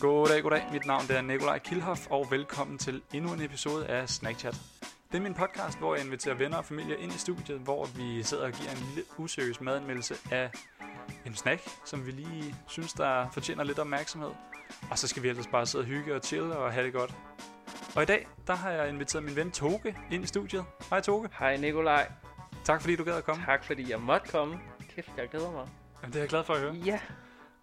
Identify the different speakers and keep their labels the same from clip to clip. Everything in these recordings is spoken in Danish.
Speaker 1: Goddag, goddag. Mit navn det er Nikolaj Kilhoff, og velkommen til endnu en episode af Snackchat. Det er min podcast, hvor jeg inviterer venner og familie ind i studiet, hvor vi sidder og giver en lille useriøs madanmeldelse af en snack, som vi lige synes, der fortjener lidt opmærksomhed. Og så skal vi ellers bare sidde og hygge og chille og have det godt. Og i dag, der har jeg inviteret min ven Toge ind i studiet. Hej Toge.
Speaker 2: Hej Nikolaj.
Speaker 1: Tak fordi du gad at komme.
Speaker 2: Tak fordi jeg måtte komme. Kæft, jeg glæder mig.
Speaker 1: Jamen, det er jeg glad for at høre.
Speaker 2: Ja.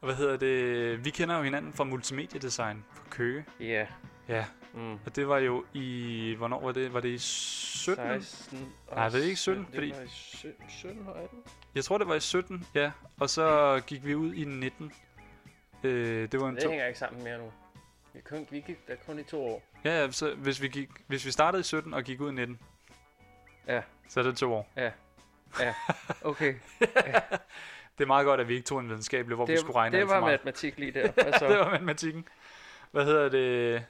Speaker 1: Og hvad hedder det? Vi kender jo hinanden fra multimediedesign på Køge.
Speaker 2: Ja.
Speaker 1: Ja,
Speaker 2: Mm.
Speaker 1: og det var jo i... Hvornår var det? Var det i 17?
Speaker 2: 16 og
Speaker 1: Nej, det er ikke 17,
Speaker 2: sytten.
Speaker 1: fordi-
Speaker 2: Det var i sytten- 17 og 18.
Speaker 1: Jeg tror, det var i 17, ja. Og så gik vi ud i 19. Øh, det var en
Speaker 2: Det
Speaker 1: to...
Speaker 2: hænger ikke sammen mere nu. Vi, kun, vi gik der kun i to år.
Speaker 1: Ja, ja, så hvis vi, gik, hvis vi startede i 17 og gik ud i 19,
Speaker 2: Ja.
Speaker 1: så er det to år.
Speaker 2: Okay.
Speaker 1: Det er meget godt, at vi ikke tog en videnskabelig, hvor vi
Speaker 2: det,
Speaker 1: skulle regne
Speaker 2: det
Speaker 1: alt for
Speaker 2: var
Speaker 1: meget.
Speaker 2: matematik lige der. Hvad
Speaker 1: det
Speaker 2: så?
Speaker 1: var matematikken. Hvad hedder det?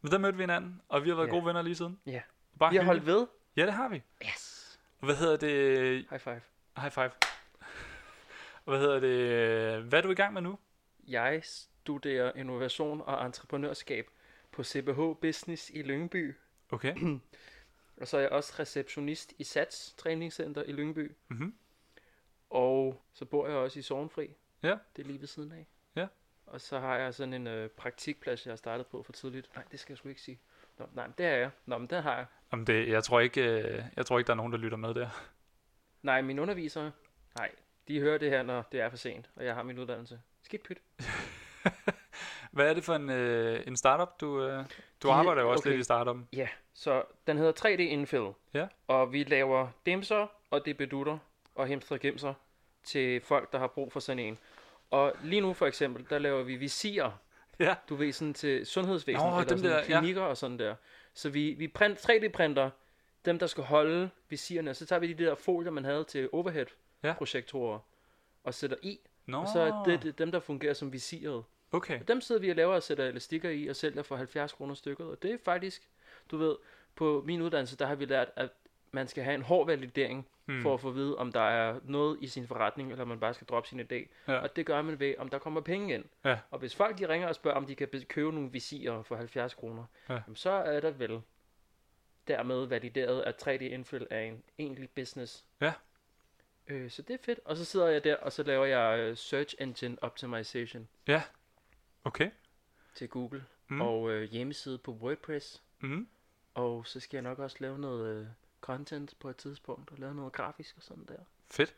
Speaker 1: Men der mødte vi hinanden, og vi har været
Speaker 2: Ja.
Speaker 1: gode venner lige siden.
Speaker 2: Ja.
Speaker 1: Bare
Speaker 2: Vi har holdt
Speaker 1: hyggeligt.
Speaker 2: ved.
Speaker 1: Ja, det har vi.
Speaker 2: Yes.
Speaker 1: Og Hvad hedder det?
Speaker 2: High five.
Speaker 1: High five. Og Hvad hedder det? Hvad er du i gang med nu?
Speaker 2: Jeg studerer innovation og entreprenørskab på CBH Business i Lyngby.
Speaker 1: Okay.
Speaker 2: Og så er jeg også receptionist i SATS Træningscenter i Lyngby.
Speaker 1: Mhm.
Speaker 2: Og så bor jeg også i Sovenfri.
Speaker 1: Ja.
Speaker 2: Det er lige ved siden af.
Speaker 1: Ja.
Speaker 2: Og så har jeg sådan en øh, praktikplads, jeg har startet på for tidligt. Nej, det skal jeg sgu ikke sige. Nå, nej, men det er jeg. Nå, men det har jeg.
Speaker 1: Om det, jeg, tror ikke, øh, jeg tror ikke, der er nogen, der lytter med der.
Speaker 2: Nej, mine undervisere, nej, de hører det her, når det er for sent, og jeg har min uddannelse. Skidt pyt.
Speaker 1: Hvad er det for en, øh, en startup, du, øh, du
Speaker 2: De-
Speaker 1: arbejder jo også
Speaker 2: okay.
Speaker 1: lidt i startup.
Speaker 2: Ja, så den hedder 3D Infill.
Speaker 1: Ja.
Speaker 2: Og vi laver dimser og debedutter og hemstrede gemser til folk, der har brug for sådan en. Og lige nu for eksempel, der laver vi visirer.
Speaker 1: Ja.
Speaker 2: Du ved, sådan til sundhedsvæsenet,
Speaker 1: Nå,
Speaker 2: eller
Speaker 1: dem
Speaker 2: sådan
Speaker 1: der, ja.
Speaker 2: klinikker og sådan der. Så vi, vi print, 3D-printer dem, der skal holde visirerne, og så tager vi de der folier, man havde til
Speaker 1: Ja.
Speaker 2: overhead-projektorer, og sætter i,
Speaker 1: Nå,
Speaker 2: og så er det, det dem, der fungerer som visiret.
Speaker 1: okay.
Speaker 2: Og Dem sidder vi og laver og sætter elastikker i og sælger for 70 kroner stykket, og det er faktisk, du ved, på min uddannelse, der har vi lært, at man skal have en hård validering
Speaker 1: Hmm.
Speaker 2: mm. for at få at vide, om der er noget i sin forretning, eller om man bare skal droppe sin idé.
Speaker 1: Ja.
Speaker 2: Ja. Og det gør man ved, om der kommer penge ind.
Speaker 1: Ja.
Speaker 2: Og hvis folk de ringer og spørger, om de kan be- købe nogle visirer for 70 kroner,
Speaker 1: Ja.
Speaker 2: jamen, så er der vel dermed valideret, at 3D-indfyld er en egentlig business.
Speaker 1: Ja.
Speaker 2: Øh, så det er fedt. Og så sidder jeg der, og så laver jeg øh, Search Engine Optimization
Speaker 1: Okay.
Speaker 2: til Google
Speaker 1: Mm.
Speaker 2: mm. og øh, hjemmeside på WordPress.
Speaker 1: Mm.
Speaker 2: Og så skal jeg nok også lave noget øh, content på et tidspunkt og lave noget grafisk og sådan der.
Speaker 1: Fedt.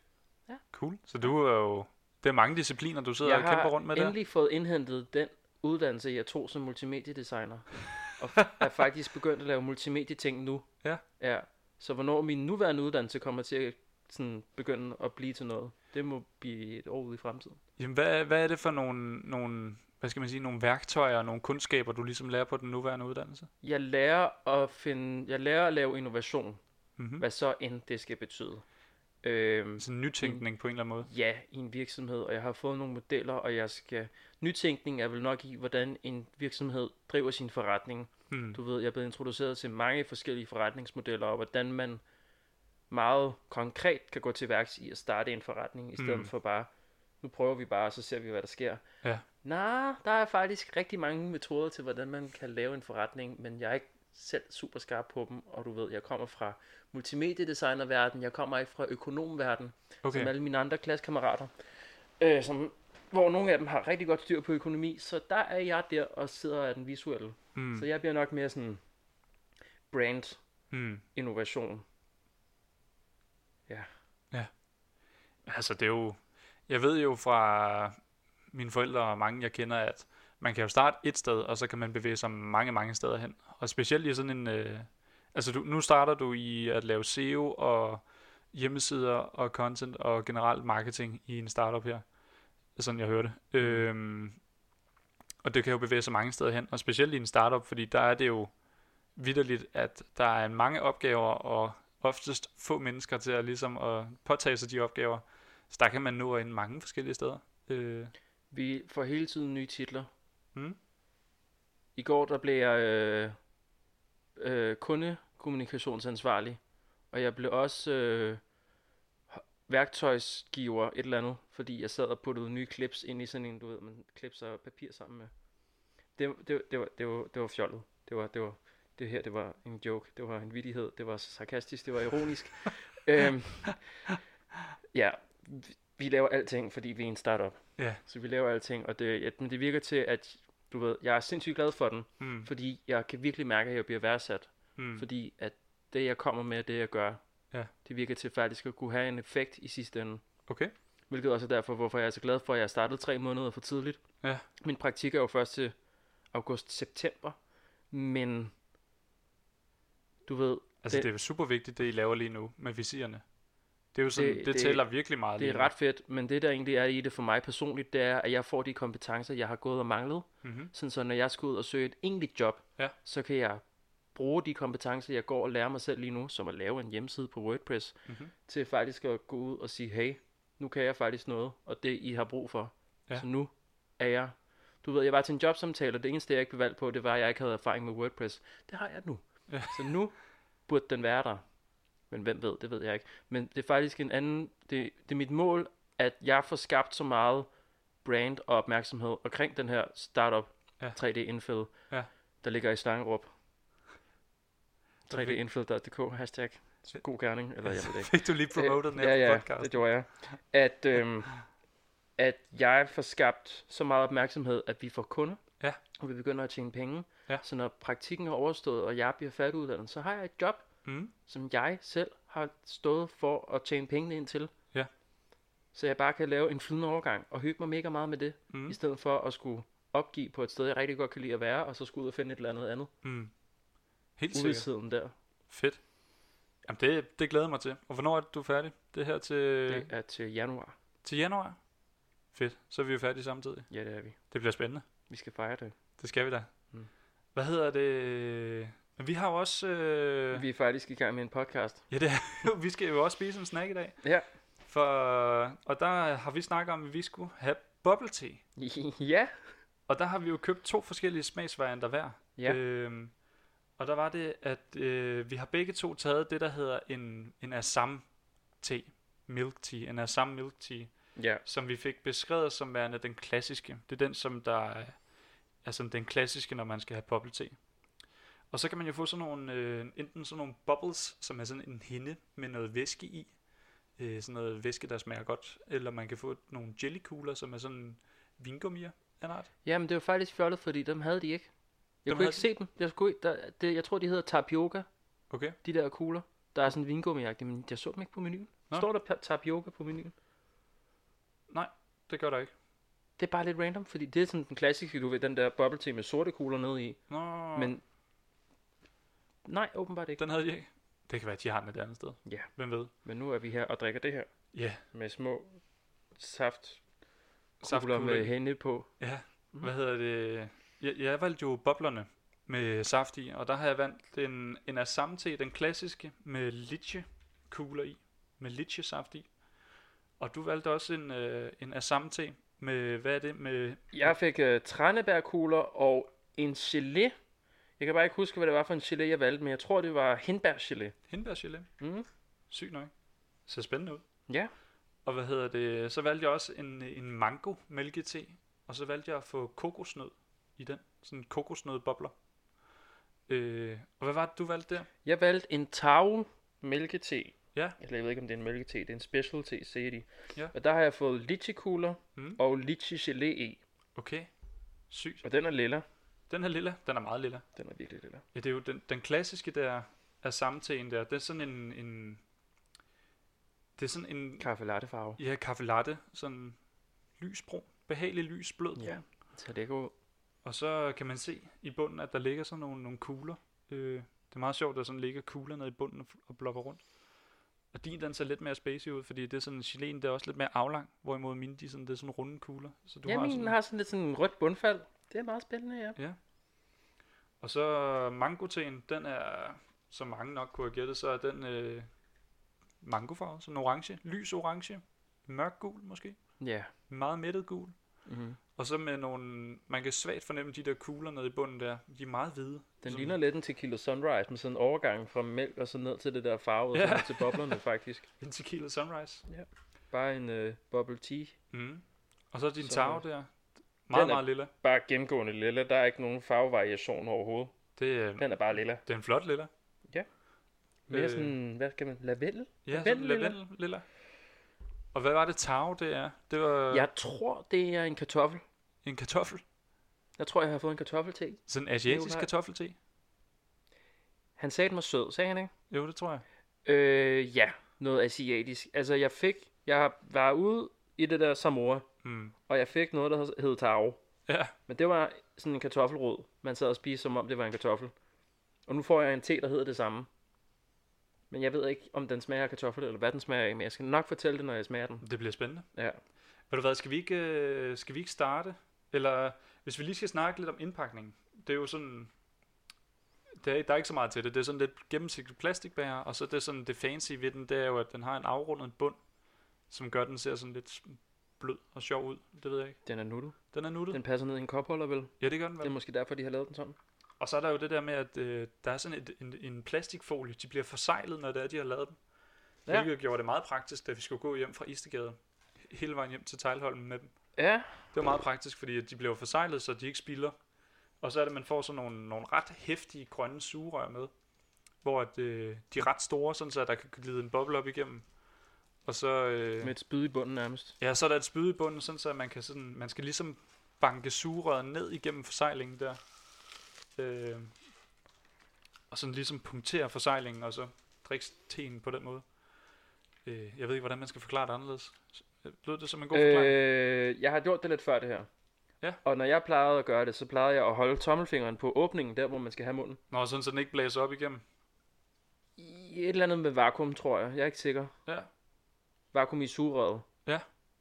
Speaker 2: Ja.
Speaker 1: Cool. Så du er jo... Det er mange discipliner, du sidder
Speaker 2: jeg
Speaker 1: og kæmper rundt med
Speaker 2: har
Speaker 1: der.
Speaker 2: endelig fået indhentet den uddannelse, jeg tog som multimediedesigner. og f- er faktisk begyndt at lave multimedieting nu.
Speaker 1: Ja.
Speaker 2: ja. Så hvornår min nuværende uddannelse kommer til at sådan, begynde at blive til noget, det må blive et år ude i fremtiden.
Speaker 1: Jamen, hvad, hvad er det for nogle, nogle, hvad skal man sige, nogle værktøjer og nogle kundskaber, du ligesom lærer på den nuværende uddannelse?
Speaker 2: Jeg lærer at, finde, jeg lærer at lave innovation,
Speaker 1: Mm-hmm.
Speaker 2: hvad så end det skal betyde. Øhm,
Speaker 1: Sådan nytænkning på en eller anden måde.
Speaker 2: ja i en virksomhed, og jeg har fået nogle modeller, og jeg skal... Nytænkning er vel nok i, hvordan en virksomhed driver sin forretning.
Speaker 1: Mm.
Speaker 2: Du ved, jeg er blevet introduceret til mange forskellige forretningsmodeller, og hvordan man meget konkret kan gå til værks i at starte en forretning, i stedet
Speaker 1: Mm.
Speaker 2: mm. for bare, nu prøver vi bare, og så ser vi, hvad der sker.
Speaker 1: Ja.
Speaker 2: Nej, der er faktisk rigtig mange metoder til, hvordan man kan lave en forretning, men jeg er ikke selv super skarp på dem, og du ved, jeg kommer fra multimediedesignerverdenen, jeg kommer ikke fra økonomverdenen, okay. som
Speaker 1: Okay.
Speaker 2: alle mine andre klassekammerater, øh, som, hvor nogle af dem har rigtig godt styr på økonomi, så der er jeg der og sidder af den visuelle. Mm.
Speaker 1: Mm.
Speaker 2: Så jeg bliver nok mere sådan brand
Speaker 1: Mm.
Speaker 2: innovation.
Speaker 1: Altså, det er jo... Jeg ved jo fra mine forældre og mange, jeg kender, at man kan jo starte et sted, og så kan man bevæge sig mange, mange steder hen. Og specielt i sådan en... Øh, altså, du, nu starter du i at lave SEO og hjemmesider og content og generelt marketing i en startup her. Sådan jeg hørte. Øhm, og det kan jo bevæge sig mange steder hen, og specielt i en startup, fordi der er det jo vidderligt, at der er mange opgaver, og oftest få mennesker til at, ligesom at påtage sig de opgaver. Så der kan man nå ind mange forskellige steder. Øh,
Speaker 2: Vi får hele tiden nye titler.
Speaker 1: Mm.
Speaker 2: I går der blev jeg øh, øh, kundekommunikationsansvarlig, og jeg blev også øh, h- værktøjsgiver et eller andet, fordi jeg sad og puttede nye clips ind i sådan en, du ved, man klipser papir sammen med. det, det, det, var, det, var, det var fjollet. Det var, det var, det her, det var en joke, det var en vidighed, det var sarkastisk, det var ironisk. øhm, ja, vi, vi laver alting, fordi vi er en startup.
Speaker 1: Ja.
Speaker 2: Så vi laver alting, og det, ja, men det virker til, at du ved, jeg er sindssygt glad for den,
Speaker 1: Mm.
Speaker 2: fordi jeg kan virkelig mærke, at jeg bliver værdsat,
Speaker 1: Mm.
Speaker 2: mm. fordi at det, jeg kommer med, det jeg gør,
Speaker 1: Ja.
Speaker 2: det virker til faktisk at kunne have en effekt i sidste ende.
Speaker 1: Okay.
Speaker 2: Hvilket også er derfor, hvorfor jeg er så glad for, at jeg startede tre måneder for tidligt.
Speaker 1: Ja.
Speaker 2: Min praktik er jo først til august-september, men du ved,
Speaker 1: Altså, det,
Speaker 2: Det-
Speaker 1: det er jo super vigtigt, det I laver lige nu med visierne. Det er jo sådan, det,
Speaker 2: Det-
Speaker 1: det
Speaker 2: det-
Speaker 1: tæller virkelig meget
Speaker 2: det
Speaker 1: lige
Speaker 2: er ret fedt, men det der egentlig er i det for mig personligt, det er, at jeg får de kompetencer, jeg har gået og manglet.
Speaker 1: Mm-hmm.
Speaker 2: Sådan så når jeg skal ud og søge et egentligt job,
Speaker 1: Ja.
Speaker 2: så kan jeg bruge de kompetencer, jeg går og lærer mig selv lige nu, som at lave en hjemmeside på WordPress,
Speaker 1: Mhm.
Speaker 2: til faktisk at gå ud og sige, hey, nu kan jeg faktisk noget, og det I har brug for.
Speaker 1: Ja.
Speaker 2: Så nu er jeg... Du ved, jeg var til en jobsamtale, og det eneste, jeg ikke blev valgt på, det var, at jeg ikke havde erfaring med WordPress. Det har jeg nu.
Speaker 1: Ja.
Speaker 2: Så nu burde den være der. Men hvem ved, det ved jeg ikke. Men det er faktisk en anden... Det, det er mit mål, at jeg får skabt så meget brand og opmærksomhed omkring den her startup
Speaker 1: Ja.
Speaker 2: 3D-indfed,
Speaker 1: Ja.
Speaker 2: der ligger i Slangerup. 3dinfed.dk, hashtag god gerning, eller jeg ved det ikke.
Speaker 1: Fik du lige promotet den her
Speaker 2: Øh, ja, ja,
Speaker 1: podcast?
Speaker 2: det gjorde jeg. At, øhm, at jeg får skabt så meget opmærksomhed, at vi får kunder,
Speaker 1: Ja.
Speaker 2: og vi begynder at tjene penge.
Speaker 1: Ja.
Speaker 2: Så når praktikken er overstået, og jeg bliver færdiguddannet, så har jeg et job,
Speaker 1: Mm.
Speaker 2: som jeg selv har stået for at tjene pengene ind til.
Speaker 1: Ja.
Speaker 2: Så jeg bare kan lave en flydende overgang og hygge mig mega meget med det,
Speaker 1: Mm.
Speaker 2: i stedet for at skulle opgive på et sted, jeg rigtig godt kan lide at være, og så skulle ud og finde et eller andet andet.
Speaker 1: Mm. Helt sikkert.
Speaker 2: Uvidsheden der,
Speaker 1: Fedt. Jamen, det, det glæder jeg mig til. Og hvornår er det, du er færdig? Det er her til,
Speaker 2: det er til januar.
Speaker 1: til januar? Fedt. Så er vi jo færdige samtidig.
Speaker 2: Ja, det er vi.
Speaker 1: Det bliver spændende.
Speaker 2: Vi skal fejre det.
Speaker 1: Det skal vi da.
Speaker 2: Mm.
Speaker 1: Hvad hedder det? Men vi har jo også... Øh...
Speaker 2: Vi er faktisk i gang med en podcast.
Speaker 1: Ja, det er, vi skal jo også spise en snack i dag.
Speaker 2: Ja.
Speaker 1: For, øh, og der har vi snakket om, at vi skulle have bubble tea.
Speaker 2: ja.
Speaker 1: Og der har vi jo købt to forskellige smagsvarianter hver.
Speaker 2: Ja.
Speaker 1: Øhm, og der var det, at øh, vi har begge to taget det, der hedder en, en Assam te milk tea, en Assam milk tea,
Speaker 2: Ja.
Speaker 1: som vi fik beskrevet som værende den klassiske. Det er den, som der er, er som den klassiske, når man skal have bubble te. Og så kan man jo få sådan nogle, øh, enten sådan nogle bubbles, som er sådan en hinde med noget væske i, øh, sådan noget væske, der smager godt, eller man kan få nogle jellykugler, som er sådan vingummier af en art.
Speaker 2: Jamen, det var faktisk fjollet, fordi dem havde de ikke. Jeg
Speaker 1: Dem
Speaker 2: kunne
Speaker 1: havde
Speaker 2: ikke se dem. Jeg, skulle, ikke- der, det, jeg tror, de hedder tapioca,
Speaker 1: Okay.
Speaker 2: de der kugler. Der er sådan en vingummi men jeg så dem ikke på menuen.
Speaker 1: Nå.
Speaker 2: Står der pa- tapioca på menuen?
Speaker 1: Det gør der ikke.
Speaker 2: Det er bare lidt random, fordi det er sådan den klassiske, du ved, den der bubble tea med sorte kugler nede i.
Speaker 1: Nå,
Speaker 2: Men nej, åbenbart ikke.
Speaker 1: den havde de ikke. Det kan være, at de har den et andet sted.
Speaker 2: Ja.
Speaker 1: Hvem ved?
Speaker 2: Men nu er vi her og drikker det her
Speaker 1: Ja,
Speaker 2: med små saft
Speaker 1: Saftkugler.
Speaker 2: kugler med hende på.
Speaker 1: ja.
Speaker 2: Mhm.
Speaker 1: hvad hedder det? Jeg, jeg valgte jo boblerne med saft i, og der har jeg valgt en, en assam te, den klassiske, med litje kugler i, med litje saft i. Og du valgte også en, øh, en assam te med, hvad er det, med
Speaker 2: Jeg fik øh, tranebærkugler og en gelé. Jeg kan bare ikke huske, hvad det var for en gelé, jeg valgte, men jeg tror, det var hindbærgelé.
Speaker 1: hindbærgelé.
Speaker 2: Mm.
Speaker 1: Sygt nok. Ser spændende ud.
Speaker 2: Ja.
Speaker 1: Og hvad hedder det? Så valgte jeg også en, en mango mælkete, og så valgte jeg at få kokosnød i den. Sådan kokosnødbobler. Øh, og hvad var det, du valgte der?
Speaker 2: Jeg valgte en tau mælkete.
Speaker 1: Ja.
Speaker 2: Eller jeg ved ikke, om det er en mælkete. Det er en specialty, siger de.
Speaker 1: Ja.
Speaker 2: Og der har jeg fået litchikugler
Speaker 1: Mm.
Speaker 2: mm. og litchigelé i.
Speaker 1: Okay. Sygt.
Speaker 2: Og den er lilla.
Speaker 1: Den her lilla, den er meget lilla.
Speaker 2: Den er virkelig lilla.
Speaker 1: Ja, det er jo den, den klassiske der af samtalen der. Det er sådan en, en det er sådan en
Speaker 2: Kaffe latte farve.
Speaker 1: ja, kaffe latte, sådan lysbrun, behagelig lys, blød brun.
Speaker 2: Ja. Så det går ud.
Speaker 1: Og så kan man se i bunden, at der ligger sådan nogle, nogle kugler. Øh, det er meget sjovt, at der sådan ligger kugler nede i bunden og, og blopper rundt. Og din, den ser lidt mere spacey ud, fordi det er sådan, geléen, der er også lidt mere aflang, hvorimod mine, de er sådan, det er sådan runde kugler. Så du
Speaker 2: ja,
Speaker 1: har
Speaker 2: min
Speaker 1: sådan,
Speaker 2: har sådan lidt sådan en rødt bundfald. Det er meget spændende, ja.
Speaker 1: Og så mangoteen, den er, som mange nok kunne have gættet, så er den øh, mangofarvet, sådan orange, lys orange, mørk gul måske,
Speaker 2: Ja.
Speaker 1: meget mættet gul.
Speaker 2: Mm.
Speaker 1: Og så med nogle, man kan svagt fornemme de der kugler nede i bunden der, de er meget hvide.
Speaker 2: Den
Speaker 1: Sådan-
Speaker 2: ligner lidt en tequila sunrise med sådan en overgang fra mælk og så ned til det der farve og
Speaker 1: Ja.
Speaker 2: så ned til boblerne faktisk.
Speaker 1: En tequila sunrise.
Speaker 2: Bare en øh, bubble tea.
Speaker 1: Mm. Og så din
Speaker 2: Så- øh,
Speaker 1: tag der, Meget,
Speaker 2: Den er-
Speaker 1: meget lilla.
Speaker 2: Bare gennemgående lilla. Der er ikke nogen farvevariation overhovedet.
Speaker 1: Det, øh,
Speaker 2: Den er bare lilla.
Speaker 1: det er en flot lilla.
Speaker 2: Mere
Speaker 1: Øh.
Speaker 2: sådan, hvad skal man, lavendel?
Speaker 1: Ja,
Speaker 2: Lavendel
Speaker 1: sådan
Speaker 2: lilla.
Speaker 1: lavendel lilla. Og hvad var det tag, det er? Det var
Speaker 2: Jeg tror, det er en kartoffel.
Speaker 1: en kartoffel.
Speaker 2: Jeg tror, jeg har fået en kartoffel til.
Speaker 1: Sådan en asiatisk
Speaker 2: Nikolaj.
Speaker 1: kartoffelte.
Speaker 2: Han sagde, den var sød, sagde han ikke?
Speaker 1: Jo, det tror jeg.
Speaker 2: Øh, ja, noget asiatisk. Altså, jeg fik, jeg var ude i det der Samora,
Speaker 1: Mm.
Speaker 2: og jeg fik noget, der hed taro.
Speaker 1: Ja,
Speaker 2: Men det var sådan en kartoffelrod, man sad og spiste, som om det var en kartoffel. Og nu får jeg en te, der hedder det samme. Men jeg ved ikke, om den smager af kartoffel, eller hvad den smager af, men jeg skal nok fortælle det, når jeg smager den.
Speaker 1: det bliver spændende.
Speaker 2: Ja.
Speaker 1: Ved du hvad, skal vi ikke, øh, skal vi ikke starte? Eller hvis vi lige skal snakke lidt om indpakningen. Det er jo sådan... Det er, der er ikke så meget til det. Det er sådan lidt gennemsigtigt plastikbærer, og så det er sådan det fancy ved den, det er jo, at den har en afrundet bund, som gør, at den ser sådan lidt blød og sjov ud. Det ved jeg ikke.
Speaker 2: Den er nuttet.
Speaker 1: Den er nuttet.
Speaker 2: Den passer ned i en kopholder, vel?
Speaker 1: Ja, det gør den
Speaker 2: Det er
Speaker 1: vel.
Speaker 2: måske derfor, de har lavet den sådan.
Speaker 1: Og så er der jo det der med, at øh, der er sådan et, en, en plastikfolie. De bliver forseglet, når det er, de har lavet dem.
Speaker 2: Ja.
Speaker 1: Ja. Hvilket gjorde det meget praktisk, da vi skulle gå hjem fra Istegade. Hele vejen hjem til Tejlholmen med dem.
Speaker 2: Ja,
Speaker 1: Det var meget praktisk, fordi at de blev forseglet, så de ikke spilder. Og så er det, at man får sådan nogle, nogle ret hæftige grønne sugerør med, hvor at, øh, de er ret store, sådan så at der kan glide en boble op igennem. Og så, øh,
Speaker 2: med et spyd i bunden nærmest.
Speaker 1: ja, så er der et spyd i bunden, sådan så at man, kan sådan, man skal ligesom banke sugerøret ned igennem forsejlingen der. Øh, og sådan ligesom punktere forsejlingen, og så drikke teen på den måde. Øh, jeg ved ikke, hvordan man skal forklare det anderledes. Lød det som en god forklaring?
Speaker 2: Øh, jeg har gjort det lidt før det her.
Speaker 1: Ja.
Speaker 2: Og når jeg plejede at gøre det, så plejede jeg at holde tommelfingeren på åbningen, der hvor man skal have munden.
Speaker 1: Nå, sådan så den ikke blæser op igennem.
Speaker 2: I et eller andet med vakuum, tror jeg. Jeg er ikke sikker.
Speaker 1: Ja.
Speaker 2: Vakuum i sugerøret.
Speaker 1: Ja.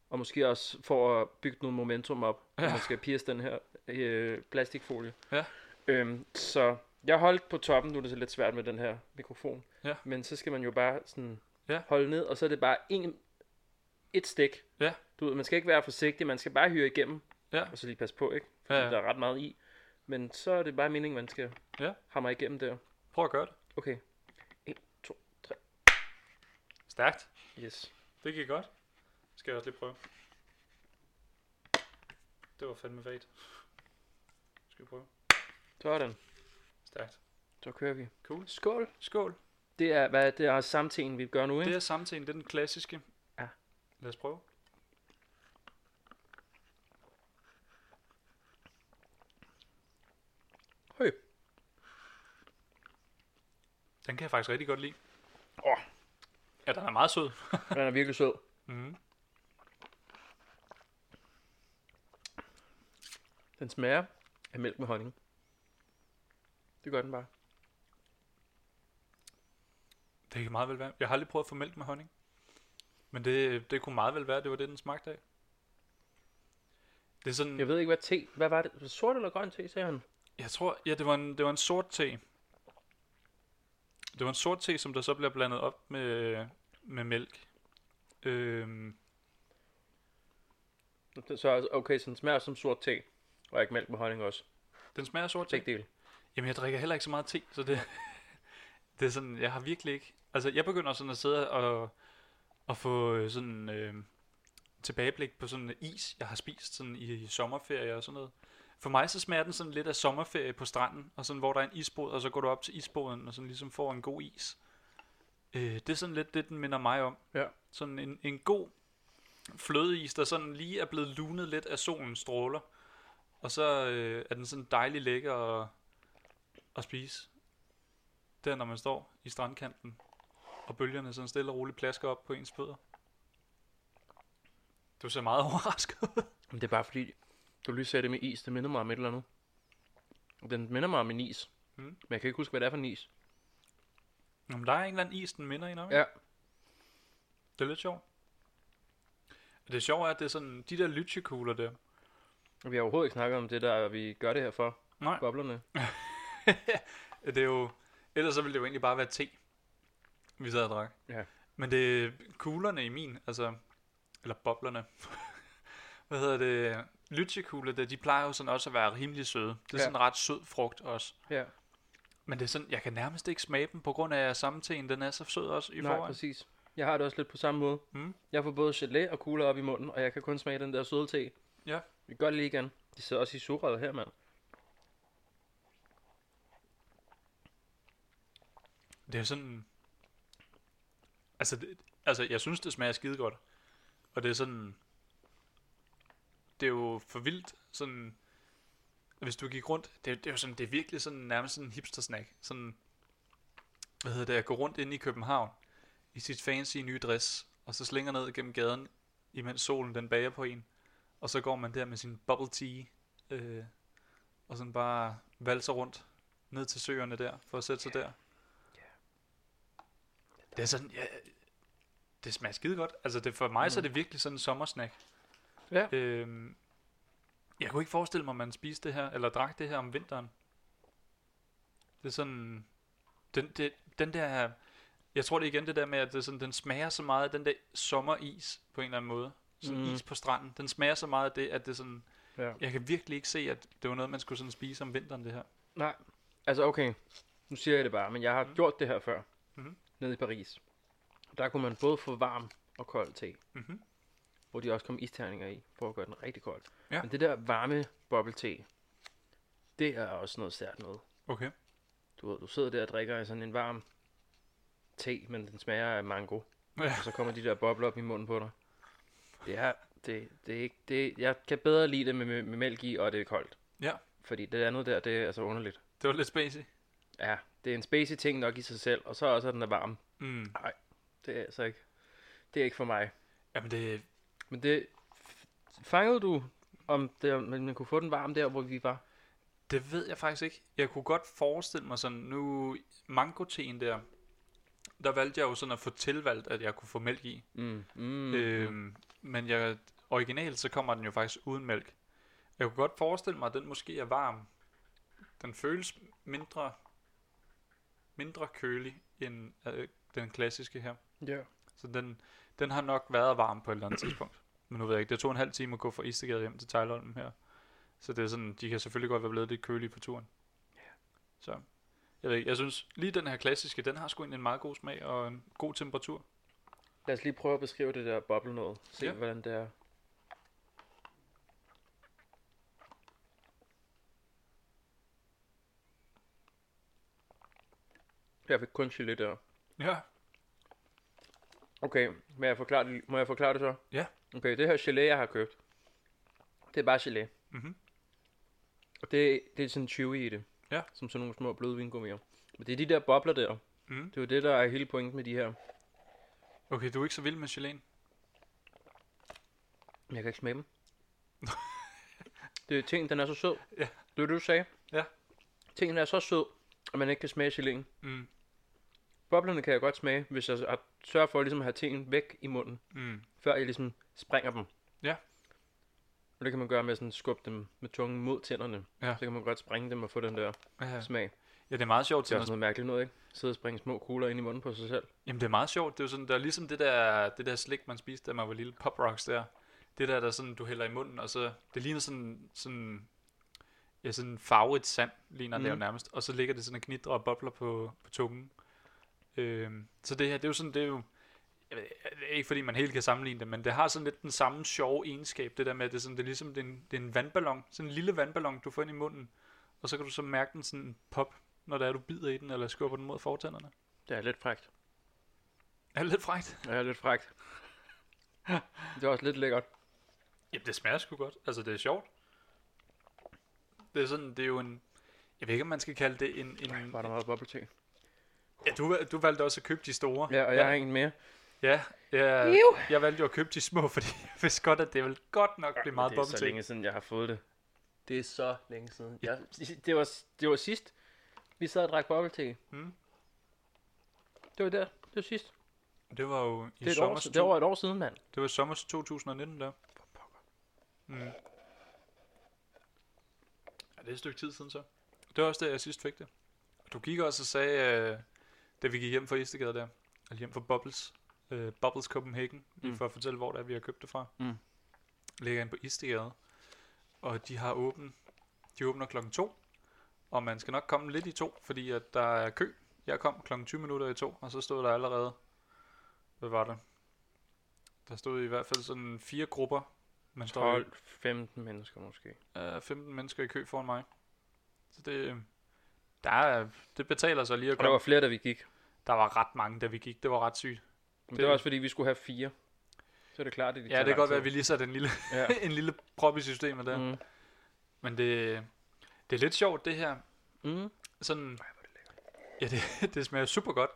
Speaker 2: Og måske også for at bygge noget momentum op, ja.
Speaker 1: Ja.
Speaker 2: når man skal pierce den her øh, plastikfolie.
Speaker 1: Ja.
Speaker 2: Øhm, så jeg holdt på toppen, nu er det så lidt svært med den her mikrofon.
Speaker 1: Ja.
Speaker 2: Men så skal man jo bare sådan
Speaker 1: Ja.
Speaker 2: holde ned, og så er det bare en, et stik.
Speaker 1: Ja.
Speaker 2: Du ved, man skal ikke være forsigtig, man skal bare hyre igennem.
Speaker 1: Ja.
Speaker 2: Og så lige passe på, ikke?
Speaker 1: Ja,
Speaker 2: ja.
Speaker 1: ja.
Speaker 2: der er ret meget i. Men så er det bare meningen, man skal
Speaker 1: Ja.
Speaker 2: hamre igennem der.
Speaker 1: Prøv at gøre det.
Speaker 2: Okay,
Speaker 1: Stærkt.
Speaker 2: yes.
Speaker 1: Det gik godt. Skal jeg også lige prøve. Det var fandme vagt. Skal vi prøve?
Speaker 2: Sådan,
Speaker 1: Stærkt.
Speaker 2: så kører vi.
Speaker 1: Cool.
Speaker 2: Skål.
Speaker 1: Skål.
Speaker 2: Det er, hvad det er samtiden, vi gør nu, ikke?
Speaker 1: Det
Speaker 2: Det...
Speaker 1: er samtalen, det er den klassiske.
Speaker 2: Ja.
Speaker 1: Lad os prøve.
Speaker 2: Høj.
Speaker 1: Den kan jeg faktisk rigtig godt lide.
Speaker 2: Åh.
Speaker 1: Ja, den er meget sød.
Speaker 2: Den er virkelig sød.
Speaker 1: Mm.
Speaker 2: Den smager af mælk med honning. Det gør den bare.
Speaker 1: Det kan meget vel være. Jeg har aldrig prøvet at få mælk med honning. Men det, det kunne meget vel være, det var det, den smagte af. Det er sådan,
Speaker 2: Jeg ved ikke, hvad te... Hvad var det? Var det Sort eller grøn te, sagde han?
Speaker 1: Jeg tror, ja, det var en, det var en sort te. Det var en sort te, som der så bliver blandet op med, med mælk. Øhm,
Speaker 2: Så er- okay, så den smager som sort te. Og ikke mælk med honning også.
Speaker 1: den smager af sort te.
Speaker 2: Begge dele.
Speaker 1: Jamen, jeg drikker heller ikke så meget te, så det, det er sådan, jeg har virkelig ikke... Altså, jeg begynder sådan at sidde og, og få øh, sådan øh, tilbageblik på sådan is, jeg har spist sådan i, i sommerferie og sådan noget. For mig så smager den sådan lidt af sommerferie på stranden, og sådan, hvor der er en isbåd, og så går du op til isbåden og sådan ligesom får en god is. Øh, det er sådan lidt det, den minder mig om.
Speaker 2: Ja.
Speaker 1: Sådan en, en god flødeis, der sådan lige er blevet lunet lidt af solens stråler. Og så øh, er den sådan dejlig lækker og at spise. Der, når man står i strandkanten, og bølgerne sådan stille og roligt plasker op på ens fødder. Du ser meget overrasket ud.
Speaker 2: Men det er bare fordi, du lige sagde det med is. Det minder mig om et eller andet. Den minder mig om en is. Mm.
Speaker 1: Mm.
Speaker 2: Men jeg kan ikke huske, hvad det er for en is.
Speaker 1: Nå, men der er en eller anden is, den minder en om. ikke?
Speaker 2: Ja.
Speaker 1: Det er lidt sjovt. Og det sjove er, at det er sådan, de der lytjekugler der.
Speaker 2: Og Vi har overhovedet ikke snakket om det der, vi gør det her for.
Speaker 1: Nej,
Speaker 2: Boblerne.
Speaker 1: det er jo, ellers så ville det jo egentlig bare være te, vi sad og drak.
Speaker 2: Ja.
Speaker 1: Men det er kuglerne i min, altså, eller boblerne, hvad hedder det, lytjekugler, der, de plejer jo sådan også at være rimelig søde. Det er
Speaker 2: Ja.
Speaker 1: sådan en ret sød frugt også.
Speaker 2: Ja.
Speaker 1: Men det er sådan, jeg kan nærmest ikke smage dem, på grund af at samtalen, den er så sød også i
Speaker 2: Nej,
Speaker 1: forvejen.
Speaker 2: præcis. Jeg har det også lidt på samme måde.
Speaker 1: Mm.
Speaker 2: Jeg får både gelé og kugler op i munden, og jeg kan kun smage den der søde te.
Speaker 1: Ja.
Speaker 2: Vi kan godt lige igen. De sidder også i surrøret her, mand.
Speaker 1: Det er sådan... Altså, det, altså, jeg synes, det smager skide godt. Og det er sådan... Det er jo for vildt, sådan... Hvis du gik rundt, det, er- det er jo sådan, det er virkelig sådan nærmest sådan en hipster-snack. Sådan, hvad hedder det, at gå rundt inde i København i sit fancy nye dress, og så slinger ned gennem gaden, imens solen den bager på en. Og så går man der med sin bubble tea, øh, og sådan bare valser rundt ned til søerne der, for at sætte sig der. Det er sådan, ja, det smager skide godt. Altså det, for mig mm. så er det virkelig sådan en sommersnack.
Speaker 2: Ja.
Speaker 1: Øhm, jeg kunne ikke forestille mig, at man spiste det her, eller drak det her om vinteren. Det er sådan, den, det, den der her, jeg tror det er igen det der med, at det er sådan, den smager så meget af den der sommeris på en eller anden måde. Sådan
Speaker 2: Mm.
Speaker 1: mm. is på stranden. Den smager så meget af det, at det er sådan,
Speaker 2: Ja.
Speaker 1: jeg kan virkelig ikke se, at det var noget, man skulle sådan spise om vinteren, det her.
Speaker 2: Nej, altså okay, nu siger jeg det bare, men jeg har mm. gjort det her før,
Speaker 1: Mhm.
Speaker 2: mm-hmm. nede i Paris. Der kunne man både få varm og kold te,
Speaker 1: Mhm.
Speaker 2: hvor de også kom isterninger i, for at gøre den rigtig kold.
Speaker 1: Ja.
Speaker 2: Men det der varme bubble te, det er også noget særligt noget.
Speaker 1: Okay.
Speaker 2: Du, ved, du sidder der og drikker af sådan en varm te, men den smager af mango.
Speaker 1: Ja.
Speaker 2: Og så kommer de der bobler op i munden på dig. Det er, det, det er ikke, det, jeg kan bedre lide det med, med, med mælk i, og det er koldt.
Speaker 1: Ja.
Speaker 2: Fordi det andet der, det er altså underligt.
Speaker 1: Det var lidt spacey.
Speaker 2: Ja, det er en spacey ting nok i sig selv, og så også, at den er varm.
Speaker 1: Mm.
Speaker 2: Det er altså ikke, det er ikke for mig.
Speaker 1: Jamen det,
Speaker 2: Men det, fangede du, om det, om man kunne få den varm der, hvor vi var?
Speaker 1: Det ved jeg faktisk ikke. Jeg kunne godt forestille mig sådan, nu mangoteen der, der valgte jeg jo sådan at få tilvalgt, at jeg kunne få mælk i.
Speaker 2: Mm.
Speaker 1: Mm.
Speaker 2: Mm.
Speaker 1: Øhm, men jeg, originalt så kommer den jo faktisk uden mælk. Jeg kunne godt forestille mig, at den måske er varm. Den føles mindre, mindre kølig end øh, den klassiske her.
Speaker 2: Ja.
Speaker 1: Så den, den har nok været varm på et eller andet tidspunkt. Men nu ved jeg ikke, det tog en halv time at gå fra Istegade hjem til Tejlholm her. Så det er sådan, de kan selvfølgelig godt være blevet lidt kølige på turen. Ja. Så, jeg ved ikke, jeg synes lige den her klassiske, den har sgu egentlig en meget god smag og en god temperatur.
Speaker 2: Lad os lige prøve at beskrive det der boble noget. Se,
Speaker 1: Ja.
Speaker 2: ja. hvordan det er. Jeg fik kun chili der.
Speaker 1: Ja.
Speaker 2: Okay, må jeg forklare det, må jeg forklare det så?
Speaker 1: Ja.
Speaker 2: Okay, det her gelé, jeg har købt, det er bare gelé.
Speaker 1: Mhm.
Speaker 2: Og det, det er sådan 20 i det.
Speaker 1: Ja.
Speaker 2: Som sådan nogle små bløde vingummier. Men det er de der bobler der.
Speaker 1: Mhm.
Speaker 2: Det er jo det, der er hele pointen med de her.
Speaker 1: Okay, du er ikke så vild med geléen.
Speaker 2: Men jeg kan ikke smage dem. det er ting, den er så sød.
Speaker 1: Ja.
Speaker 2: Det var det, du sagde.
Speaker 1: Ja.
Speaker 2: Tingen er så sød, at man ikke kan smage geléen.
Speaker 1: Mm.
Speaker 2: Boblerne kan jeg godt smage, hvis jeg har- sørger for ligesom at have tingen væk i munden,
Speaker 1: Mm.
Speaker 2: før jeg ligesom springer dem.
Speaker 1: Ja.
Speaker 2: Og det kan man gøre med at sådan skubbe dem med tungen mod tænderne.
Speaker 1: Ja.
Speaker 2: Så kan man godt springe dem og få den der
Speaker 1: Ja,
Speaker 2: smag.
Speaker 1: ja, det er meget sjovt.
Speaker 2: Det er
Speaker 1: Sådan
Speaker 2: også
Speaker 1: at,
Speaker 2: noget mærkeligt noget, ikke? Sidde og springe små kugler ind i munden på sig selv.
Speaker 1: jamen, det er meget sjovt. Det er jo sådan, der er ligesom det der, det der slik, man spiste, da man var lille. Pop Rocks der. Det der, der sådan, du hælder i munden, og så... Det ligner sådan, sådan ja, sådan farvet sand, ligner mm. det jo
Speaker 2: Mhm.
Speaker 1: nærmest. Og så ligger det sådan og knitrer og bobler på, på tungen. Øhm, så det her, det er jo sådan, det er jo... Jeg ved, det er ikke fordi, man helt kan sammenligne det, men det har sådan lidt den samme sjove egenskab, det der med, at det er, sådan, det er ligesom det er en, det er en vandballon, sådan en lille vandballon, du får ind i munden, og så kan du så mærke den sådan pop, når der er, du bider i den, eller skubber den mod fortænderne.
Speaker 2: Det er lidt frægt.
Speaker 1: Er det lidt frækt?
Speaker 2: Det er lidt frægt. det er også lidt lækkert.
Speaker 1: Jamen, det smager sgu godt. Altså, det er sjovt. Det er sådan, det er jo en... Jeg ved ikke, om man skal kalde det en...
Speaker 2: Ej,
Speaker 1: en
Speaker 2: var der meget bubble tea.
Speaker 1: ja, du, du valgte også at købe de store.
Speaker 2: Ja, og jeg har en mere.
Speaker 1: Ja, jeg,
Speaker 2: Iu.
Speaker 1: jeg valgte jo at købe de små, fordi jeg vidste godt, at det vil godt nok blive meget
Speaker 2: det er
Speaker 1: bobbet
Speaker 2: så
Speaker 1: til.
Speaker 2: længe siden, jeg har fået det. Det er så længe siden. Jeg, det, var, det var sidst, vi sad og drak bubble tea.
Speaker 1: Mm.
Speaker 2: Det var der. Det var sidst.
Speaker 1: Det var jo i
Speaker 2: Det, er et år,
Speaker 1: sommer,
Speaker 2: det var over et år siden, mand.
Speaker 1: det var sommer 2019 der. Mm. Ja, det er et stykke tid siden så. Det var også det, jeg sidst fik det. Du gik også og sagde, øh, da vi gik hjem fra Istegade der, eller hjem fra Bubbles, øh, Bubbles Copenhagen, lige
Speaker 2: Mm.
Speaker 1: for at fortælle, hvor det er, vi har købt det fra.
Speaker 2: Mm.
Speaker 1: Ligger inde på Istegade, og de har åben, de åbner klokken to, og man skal nok komme lidt i to, fordi at der er kø. Jeg kom klokken 20 minutter i to, og så stod der allerede, hvad var det? Der stod i hvert fald sådan fire grupper Man står jo
Speaker 2: 12-15 mennesker måske.
Speaker 1: øh, 15 mennesker i kø foran mig. Så det, der er, det betaler sig lige at
Speaker 2: Og der
Speaker 1: komme.
Speaker 2: var flere, da vi gik.
Speaker 1: Der var ret mange, da vi gik. Det var ret sygt.
Speaker 2: Men det,
Speaker 1: Det-
Speaker 2: var også fordi, vi skulle have fire. Så er det klart, at det
Speaker 1: Ja, det kan godt være, at vi lige satte en lille,
Speaker 2: Ja.
Speaker 1: en lille prop i systemet der. Mm.
Speaker 2: Mm.
Speaker 1: Men det, det er lidt sjovt, det her.
Speaker 2: Mm.
Speaker 1: Sådan, ja, det, det smager super godt.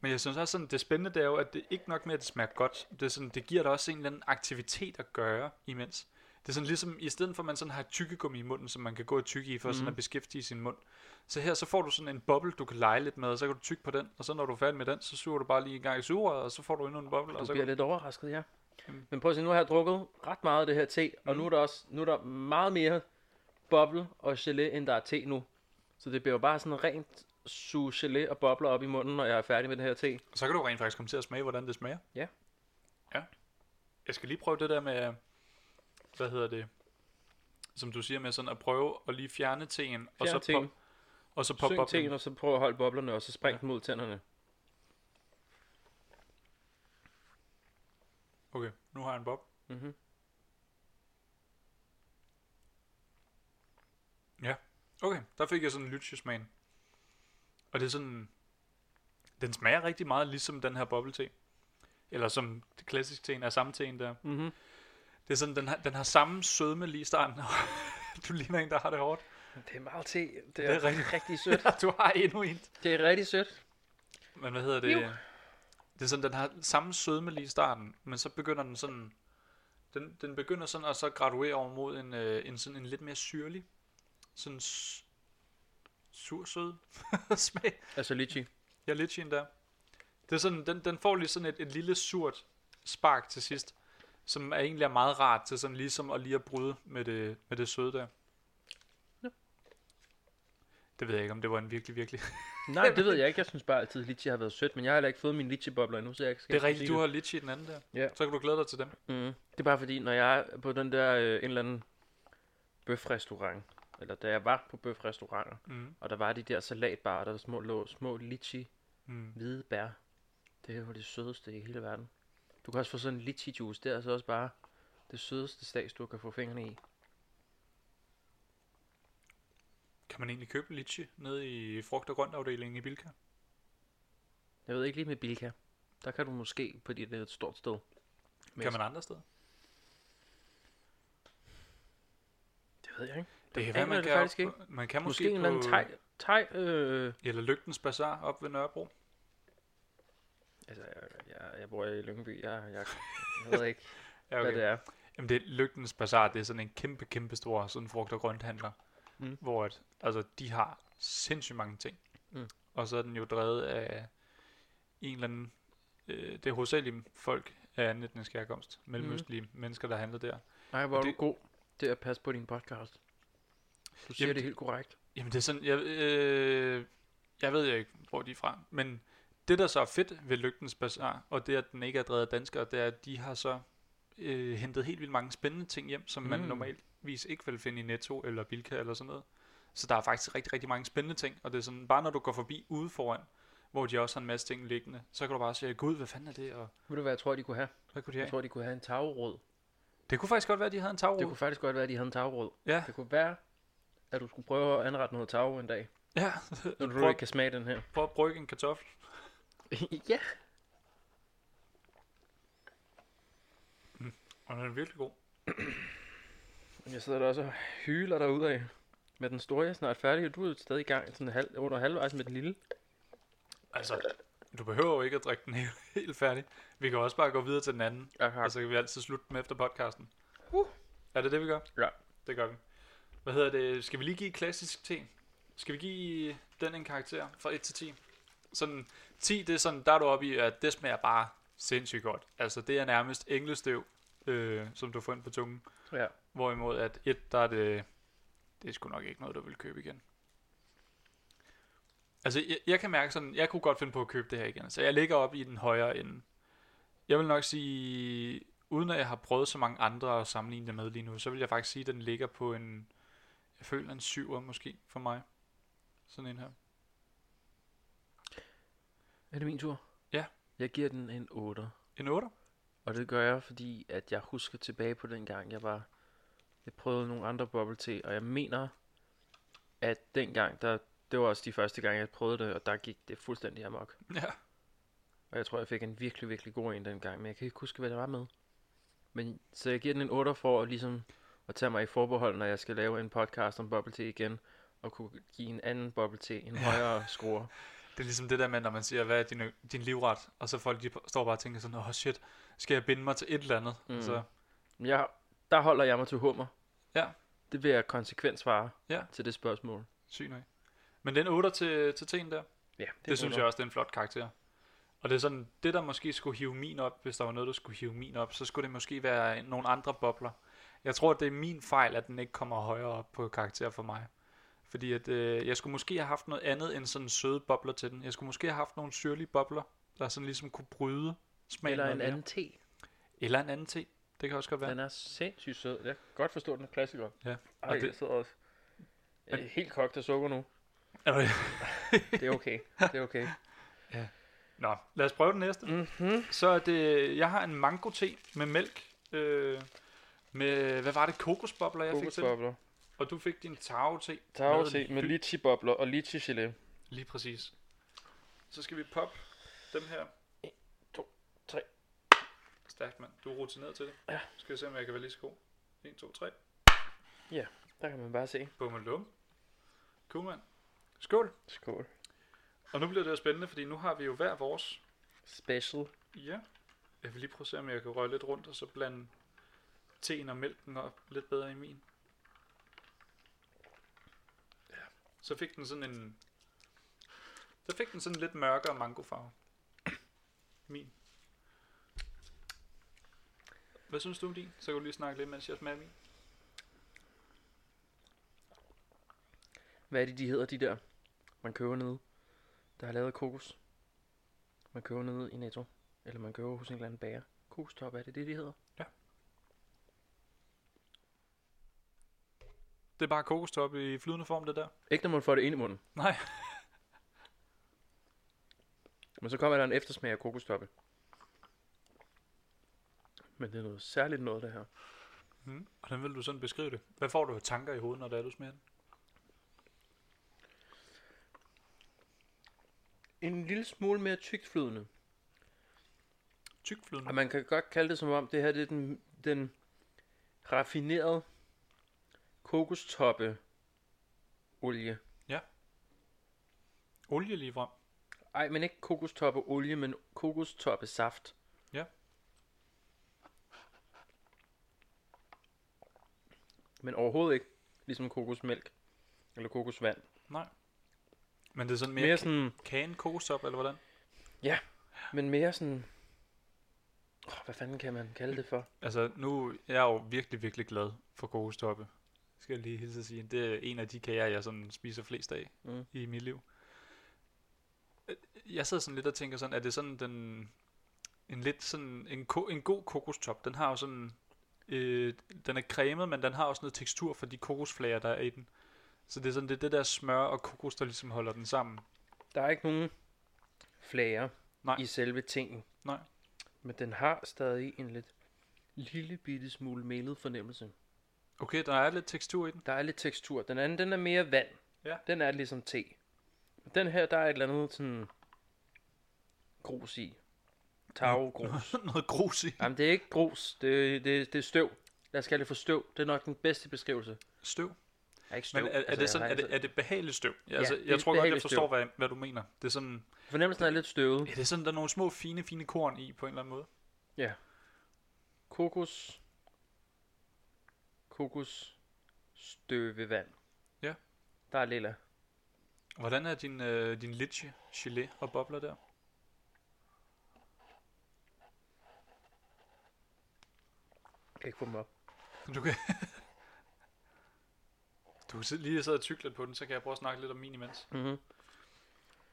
Speaker 1: Men jeg synes også, sådan, det spændende det er jo, at det ikke nok med, at det smager godt. Det, er sådan, det giver dig også en eller anden aktivitet at gøre imens. Det er sådan ligesom, i stedet for at man sådan har et tykkegummi i munden, som man kan gå og tykke i for mm. sådan at beskæftige sin mund. Så her, så får du sådan en boble, du kan lege lidt med, og så kan du tykke på den. Og så når du er færdig med den, så suger du bare lige en gang i sugerøret, og så får du endnu en boble.
Speaker 2: Du
Speaker 1: og så
Speaker 2: bliver
Speaker 1: kan...
Speaker 2: lidt overrasket, ja.
Speaker 1: Jamen. Mm.
Speaker 2: Men prøv at se, nu har jeg drukket ret meget af det her te, og nu er der også nu er der meget mere boble og gelé, end der er te nu. Så det bliver jo bare sådan rent suge gelé og bobler op i munden, når jeg er færdig med det her te.
Speaker 1: Så kan du rent faktisk komme til at smage, hvordan det smager.
Speaker 2: Ja.
Speaker 1: Ja. Jeg skal lige prøve det der med, hvad hedder det, som du siger med sådan at prøve at lige fjerne teen, og så
Speaker 2: Fjern teen,
Speaker 1: pop, og så pop
Speaker 2: syng
Speaker 1: op.
Speaker 2: teen, og så prøv at holde boblerne, og så spring dem ud tænderne.
Speaker 1: Okay, nu har jeg en bob.
Speaker 2: Mhm.
Speaker 1: Ja, okay, der fik jeg sådan en lytjesmagen. Og det er sådan, den smager rigtig meget ligesom den her bobbelt Eller som det klassiske teen er samme teen der.
Speaker 2: Mm-hmm.
Speaker 1: Det er sådan, den har, den har samme sødme lige i starten. du ligner en, der har det hårdt.
Speaker 2: Det er meget te. Det er,
Speaker 1: er rigtig-
Speaker 2: rigtig, rigtig sødt.
Speaker 1: du har endnu en.
Speaker 2: Det er rigtig sødt.
Speaker 1: Men hvad hedder det?
Speaker 2: Jo.
Speaker 1: Det er sådan, den har samme sødme lige i starten, men så begynder den sådan... Den, den begynder sådan at så graduere over mod en, øh, en, sådan en lidt mere syrlig, sådan s- sur-sød smag.
Speaker 2: Altså lychee.
Speaker 1: Ja, litchien der. Det er sådan, den, den får lige sådan et, et lille surt spark til sidst, som er egentlig er meget rart til sådan ligesom at lige at bryde med det, med det søde der.
Speaker 2: Ja.
Speaker 1: Det ved jeg ikke, om det var en virkelig, virkelig...
Speaker 2: Nej, det ved jeg ikke. Jeg synes bare altid, at lychee har været sødt, men jeg har heller ikke fået mine lychee-bobler endnu, så jeg skal
Speaker 1: Det er
Speaker 2: ikke
Speaker 1: rigtigt,
Speaker 2: sige
Speaker 1: du har litchi i den anden der.
Speaker 2: Ja.
Speaker 1: Så kan du glæde dig til dem.
Speaker 2: Mm. Det er bare fordi, når jeg er på den der øh, en eller anden bøfrestaurant, eller da jeg var på bøfrestauranter,
Speaker 1: Mm.
Speaker 2: og der var de der salatbarer, der var små, lå, små litchi
Speaker 1: Mm.
Speaker 2: hvide bær. Det er jo det sødeste i hele verden. Du kan også få sådan en litchi juice, det er altså også bare det sødeste stags, du kan få fingrene i.
Speaker 1: Kan man egentlig købe litchi nede i frugt- og grøntafdelingen i Bilka?
Speaker 2: Jeg ved ikke lige med Bilka. Der kan du måske, fordi det er et stort sted. Men
Speaker 1: Kan man andre steder?
Speaker 2: Det ved jeg ikke.
Speaker 1: Det
Speaker 2: aner jeg det faktisk
Speaker 1: op- Man kan
Speaker 2: Måske,
Speaker 1: måske,
Speaker 2: en eller anden
Speaker 1: på-
Speaker 2: thai, thai øh,
Speaker 1: Eller Lygtens Bazaar op ved Nørrebro.
Speaker 2: Altså, jeg, jeg, jeg bor i Lyngby, jeg, jeg, jeg ved ikke,
Speaker 1: Ja,
Speaker 2: okay. hvad det er.
Speaker 1: Jamen det er Lygtens Bazaar, det er sådan en kæmpe, kæmpe stor sådan frugt- og grønthandler, mm.
Speaker 2: Mm.
Speaker 1: hvor at, altså, de har sindssygt mange ting.
Speaker 2: Mm.
Speaker 1: Og så er den jo drevet af en eller anden, øh, det er hovedsageligt folk af anden etnisk herkomst, mellemøstlige mm. mennesker, der handler der.
Speaker 2: Nej, hvor er
Speaker 1: Og
Speaker 2: du
Speaker 1: det-
Speaker 2: god til at passe på din podcast. Du siger
Speaker 1: Jamen,
Speaker 2: Jamen, det
Speaker 1: det-
Speaker 2: helt korrekt.
Speaker 1: Jamen det er sådan, jeg, øh, jeg ved jo ikke, hvor de er fra, men det der så er fedt ved Lygtens Bazaar, og det at den ikke er drevet af danskere, det er, at de har så øh, hentet helt vildt mange spændende ting hjem, som mm. man
Speaker 2: Mm.
Speaker 1: normalvis ikke vil finde i Netto eller Bilka eller sådan noget. Så der er faktisk rigtig, rigtig mange spændende ting, og det er sådan, bare når du går forbi ude foran, hvor de også har en masse ting liggende, så kan du bare sige, gud, hvad fanden er det, og
Speaker 2: Ved du, hvad jeg tror, de kunne have?
Speaker 1: hvad kunne de
Speaker 2: Jeg
Speaker 1: have?
Speaker 2: tror, de kunne have en tagrod.
Speaker 1: Det kunne faktisk godt være, at de havde en tagrod.
Speaker 2: Det kunne faktisk godt være, at de havde en tagrod.
Speaker 1: Ja,
Speaker 2: Det kunne være, at du skulle prøve at anrette noget tagrod en dag,
Speaker 1: ja.
Speaker 2: når du
Speaker 1: prøv,
Speaker 2: ikke kan smage den her.
Speaker 1: prøv at brygge en kartoffel.
Speaker 2: ja.
Speaker 1: Og den er virkelig god.
Speaker 2: Jeg sidder der også og hyler derude af. Med den store, jeg er snart færdig, og du er stadig i gang sådan halv, under halvvejs med den lille.
Speaker 1: Altså, du behøver jo ikke at drikke den helt, helt færdig. Vi kan også bare gå videre til den anden,
Speaker 2: Aha.
Speaker 1: og så kan vi altid slutte dem efter podcasten.
Speaker 2: Uh.
Speaker 1: Er det det, vi gør?
Speaker 2: Ja.
Speaker 1: Det gør vi. Hvad hedder det? Skal vi lige give klassisk te? Skal vi give den en karakter fra 1 til 10? Sådan, 10, det er sådan, der er du oppe i, at det smager bare sindssygt godt. Altså, det er nærmest englestøv, øh, som du får ind på tungen.
Speaker 2: Ja.
Speaker 1: Hvorimod at 1, der er det... Det er sgu nok ikke noget, du vil købe igen. Altså, jeg, jeg kan mærke sådan, jeg kunne godt finde på at købe det her igen. Så jeg ligger op i den højere ende. Jeg vil nok sige, uden at jeg har prøvet så mange andre at sammenligne det med lige nu, så vil jeg faktisk sige, at den ligger på en, jeg føler en syver måske for mig. Sådan en her.
Speaker 2: Er det min tur?
Speaker 1: Ja.
Speaker 2: Jeg giver den en 8.
Speaker 1: En 8?
Speaker 2: Og det gør jeg, fordi at jeg husker tilbage på den gang, jeg var... Jeg prøvede nogle andre bubble te, og jeg mener, at dengang, der, det var også de første gange, jeg prøvede det, og der gik det fuldstændig amok.
Speaker 1: Ja.
Speaker 2: Og jeg tror, jeg fik en virkelig, virkelig god en dengang, men jeg kan ikke huske, hvad det var med. Men, så jeg giver den en 8 for at, ligesom, at tage mig i forbehold, når jeg skal lave en podcast om bubble te igen, og kunne give en anden bubble te en højere score.
Speaker 1: Det er ligesom det der med, når man siger, hvad er din, ø- din livret? Og så folk, de p- står bare og tænker sådan, åh oh, shit, skal jeg binde mig til et eller andet?
Speaker 2: Mm.
Speaker 1: Mm. Så,
Speaker 2: Men Jeg, der holder jeg mig til hummer.
Speaker 1: Ja.
Speaker 2: Det vil jeg konsekvent svare
Speaker 1: Ja.
Speaker 2: til det spørgsmål.
Speaker 1: syg nok. Men den 8 til, til teen der, det,
Speaker 2: Ja,
Speaker 1: det synes jeg også, det er en flot karakter. Og det er sådan, det der måske skulle hive min op, hvis der var noget, der skulle hive min op, så skulle det måske være nogle andre bobler. Jeg tror, det er min fejl, at den ikke kommer højere op på karakter for mig. Fordi at, øh, jeg skulle måske have haft noget andet end sådan søde bobler til den. Jeg skulle måske have haft nogle syrlige bobler, der sådan ligesom kunne bryde smagen.
Speaker 2: Eller
Speaker 1: noget
Speaker 2: en
Speaker 1: mere.
Speaker 2: anden te.
Speaker 1: Eller en anden te. Det kan også godt være.
Speaker 2: Den er sindssygt sød. Jeg kan godt forstå, at den er klassiker.
Speaker 1: Ja.
Speaker 2: Ej,
Speaker 1: Og
Speaker 2: det...
Speaker 1: det-
Speaker 2: jeg sidder også jeg er helt kogt af sukker nu.
Speaker 1: Okay.
Speaker 2: Det er okay. Det er okay.
Speaker 1: Nå, lad os prøve den næste.
Speaker 2: Mm-hmm.
Speaker 1: Så er det, jeg har en mango te med mælk. Øh, med, hvad var det, kokosbobler, jeg fik til?
Speaker 2: Kokosbobler.
Speaker 1: Og du fik din taro te.
Speaker 2: Tao te med
Speaker 1: ly-
Speaker 2: litchi-bobler og litchi-gelé.
Speaker 1: Lige præcis. Så skal vi poppe dem her. 1,
Speaker 2: to, tre.
Speaker 1: Stærkt, mand. Du er rutineret til det.
Speaker 2: Ja.
Speaker 1: Skal vi se, om jeg kan være lige så god. 1, 2, 3.
Speaker 2: Der kan man bare se.
Speaker 1: Bum og lum. Cool, mand. Skål.
Speaker 2: Skål.
Speaker 1: Og nu bliver det jo spændende, fordi nu har vi jo hver vores
Speaker 2: Special.
Speaker 1: Ja. Jeg vil lige prøve at se, om jeg kan røre lidt rundt, og så blande teen og mælken op lidt bedre i min. Ja. Så fik den sådan en... Så fik den sådan lidt mørkere mangofarve. Min. Hvad synes du om din? Så kan du lige snakke lidt, mens jeg smager min.
Speaker 2: Hvad er det, de hedder, de der? Man køber nede. Der er lavet af kokos. Man køber nede i Netto. Eller man køber hos en eller anden bager. Kokostop, er det det, de hedder?
Speaker 1: Det er bare kokostop i flydende form, det der.
Speaker 2: Ikke når man får det ind i munden.
Speaker 1: Nej.
Speaker 2: Men så kommer der en eftersmag af kokostoppe. Men det er noget særligt noget, det her.
Speaker 1: Mm. Hvordan vil du sådan beskrive det? Hvad får du af tanker i hovedet, når det er, du smager den?
Speaker 2: En lille smule mere tykflydende.
Speaker 1: Tykflydende?
Speaker 2: Og man kan godt kalde det som om, det her det er den, den raffinerede kokostoppe olie.
Speaker 1: Olie lige frem.
Speaker 2: Ej, men ikke kokostoppe olie, men kokostoppe saft.
Speaker 1: Ja.
Speaker 2: Men overhovedet ikke ligesom kokosmælk eller kokosvand.
Speaker 1: Men det er sådan mere,
Speaker 2: Mere, mere
Speaker 1: mere sådan...
Speaker 2: sådan
Speaker 1: kagen kokostop, eller hvordan?
Speaker 2: Men mere sådan... Oh, hvad fanden kan man kalde det for?
Speaker 1: Altså, nu jeg er jeg jo virkelig, virkelig glad for kokostoppe. Skal jeg lige hilse at sige. Det er en af de kager, jeg sådan spiser flest af
Speaker 2: Mm.
Speaker 1: mm. i mit liv. Øh, Jeg sidder sådan lidt og tænker sådan, er det sådan den... En lidt sådan... En, ko, en god kokostop, den har jo sådan... Øh, den er cremet, men den har også noget tekstur for de kokosflager, der er i den. Så det er sådan, det er det der smør og kokos, der ligesom holder den sammen.
Speaker 2: Der er ikke nogen flager
Speaker 1: Nej.
Speaker 2: i selve tingen.
Speaker 1: Nej.
Speaker 2: Men den har stadig en lidt lille bitte smule melet fornemmelse.
Speaker 1: Okay, der er lidt tekstur i den.
Speaker 2: Der er lidt tekstur. Den anden, den er mere vand.
Speaker 1: Ja.
Speaker 2: Den er ligesom te. Den her, der er et eller andet sådan grus i. Tarvegrus.
Speaker 1: noget grus i.
Speaker 2: Jamen, det er ikke grus. Det, det, det er støv. Lad os kalde det for støv. Det er nok den bedste beskrivelse.
Speaker 1: Støv.
Speaker 2: Ja, ikke støv.
Speaker 1: Men er, er,
Speaker 2: Altså, jeg
Speaker 1: det sådan,
Speaker 2: har
Speaker 1: er, det,
Speaker 2: altid-
Speaker 1: er det behageligt støv? Ja,
Speaker 2: Ja,
Speaker 1: altså,
Speaker 2: det er
Speaker 1: jeg tror godt, jeg
Speaker 2: behageligt
Speaker 1: forstår,
Speaker 2: støv.
Speaker 1: hvad, hvad du mener. Det er sådan,
Speaker 2: Fornemmelsen er lidt støvet.
Speaker 1: ja, det er sådan, der er nogle små, fine, fine korn i, på en eller anden måde.
Speaker 2: kokos kokos støvevand.
Speaker 1: Ja.
Speaker 2: Der er lilla.
Speaker 1: Hvordan er din, øh, din litchi, gelé og bobler der?
Speaker 2: Jeg kan ikke få dem op.
Speaker 1: Du kan... du kan sidde- lige sidde og tygge lidt på den, så kan jeg prøve at snakke lidt om min imens.
Speaker 2: Mm-hmm.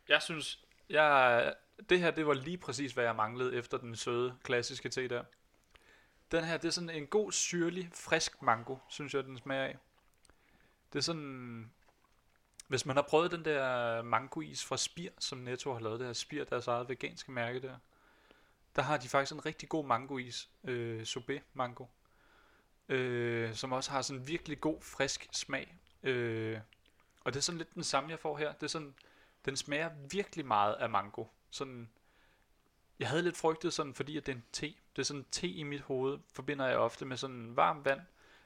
Speaker 1: Jeg synes, jeg, det her det var lige præcis, hvad jeg manglede efter den søde, klassiske te der. Den her, det er sådan en god, syrlig, frisk mango, synes jeg, den smager af. Det er sådan... Hvis man har prøvet den der mangois fra Spir, som Netto har lavet det her Spir, deres eget veganske mærke der, der har de faktisk en rigtig god mangois, øh, sorbet mango, øh, som også har sådan virkelig god, frisk smag. Øh, og det er sådan lidt den samme, jeg får her. Det er sådan, den smager virkelig meget af mango. Sådan, jeg havde lidt frygtet sådan, fordi at det er en te. Det er sådan te i mit hoved, forbinder jeg ofte med sådan varmt vand,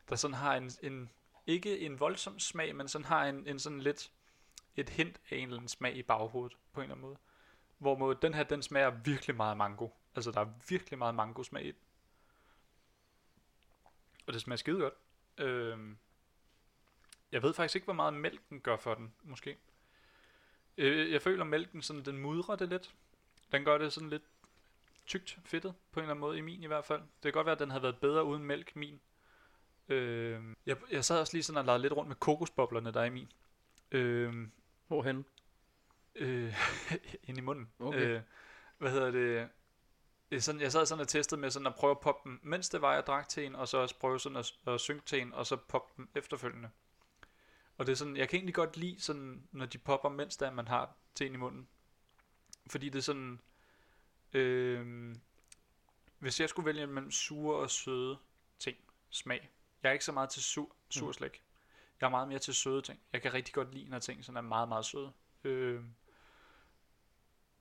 Speaker 1: der sådan har en, en ikke en voldsom smag, men sådan har en, en sådan lidt et hint af en eller anden smag i baghovedet, på en eller anden måde. Hvorimod den her, den smager virkelig meget af mango. Altså, der er virkelig meget mango smag i den. Og det smager skide godt. Øhm, jeg ved faktisk ikke, hvor meget mælken gør for den, måske. Øh, jeg føler, mælken sådan, den mudrer det lidt. Den gør det sådan lidt tykt fedtet, på en eller anden måde, i min i hvert fald. Det kan godt være, at den havde været bedre uden mælk, min. Øh, jeg, jeg sad også lige sådan og legede lidt rundt med kokosboblerne, der er i min. Øh,
Speaker 2: Hvorhen?
Speaker 1: øh, ind i munden.
Speaker 2: Okay.
Speaker 1: Øh, hvad hedder det? Øh, Sådan, jeg sad sådan og testede med sådan at prøve at poppe dem, mens det var, jeg drak teen, og så også prøve sådan at, at synke teen, og så poppe dem efterfølgende. Og det er sådan, jeg kan egentlig godt lide sådan, når de popper, mens der man har teen i munden. Fordi det er sådan, øh, hvis jeg skulle vælge mellem sure og søde ting, smag. Jeg er ikke så meget til sur, sur slik. Jeg er meget mere til søde ting. Jeg kan rigtig godt lide, når ting sådan er meget, meget søde. Øh,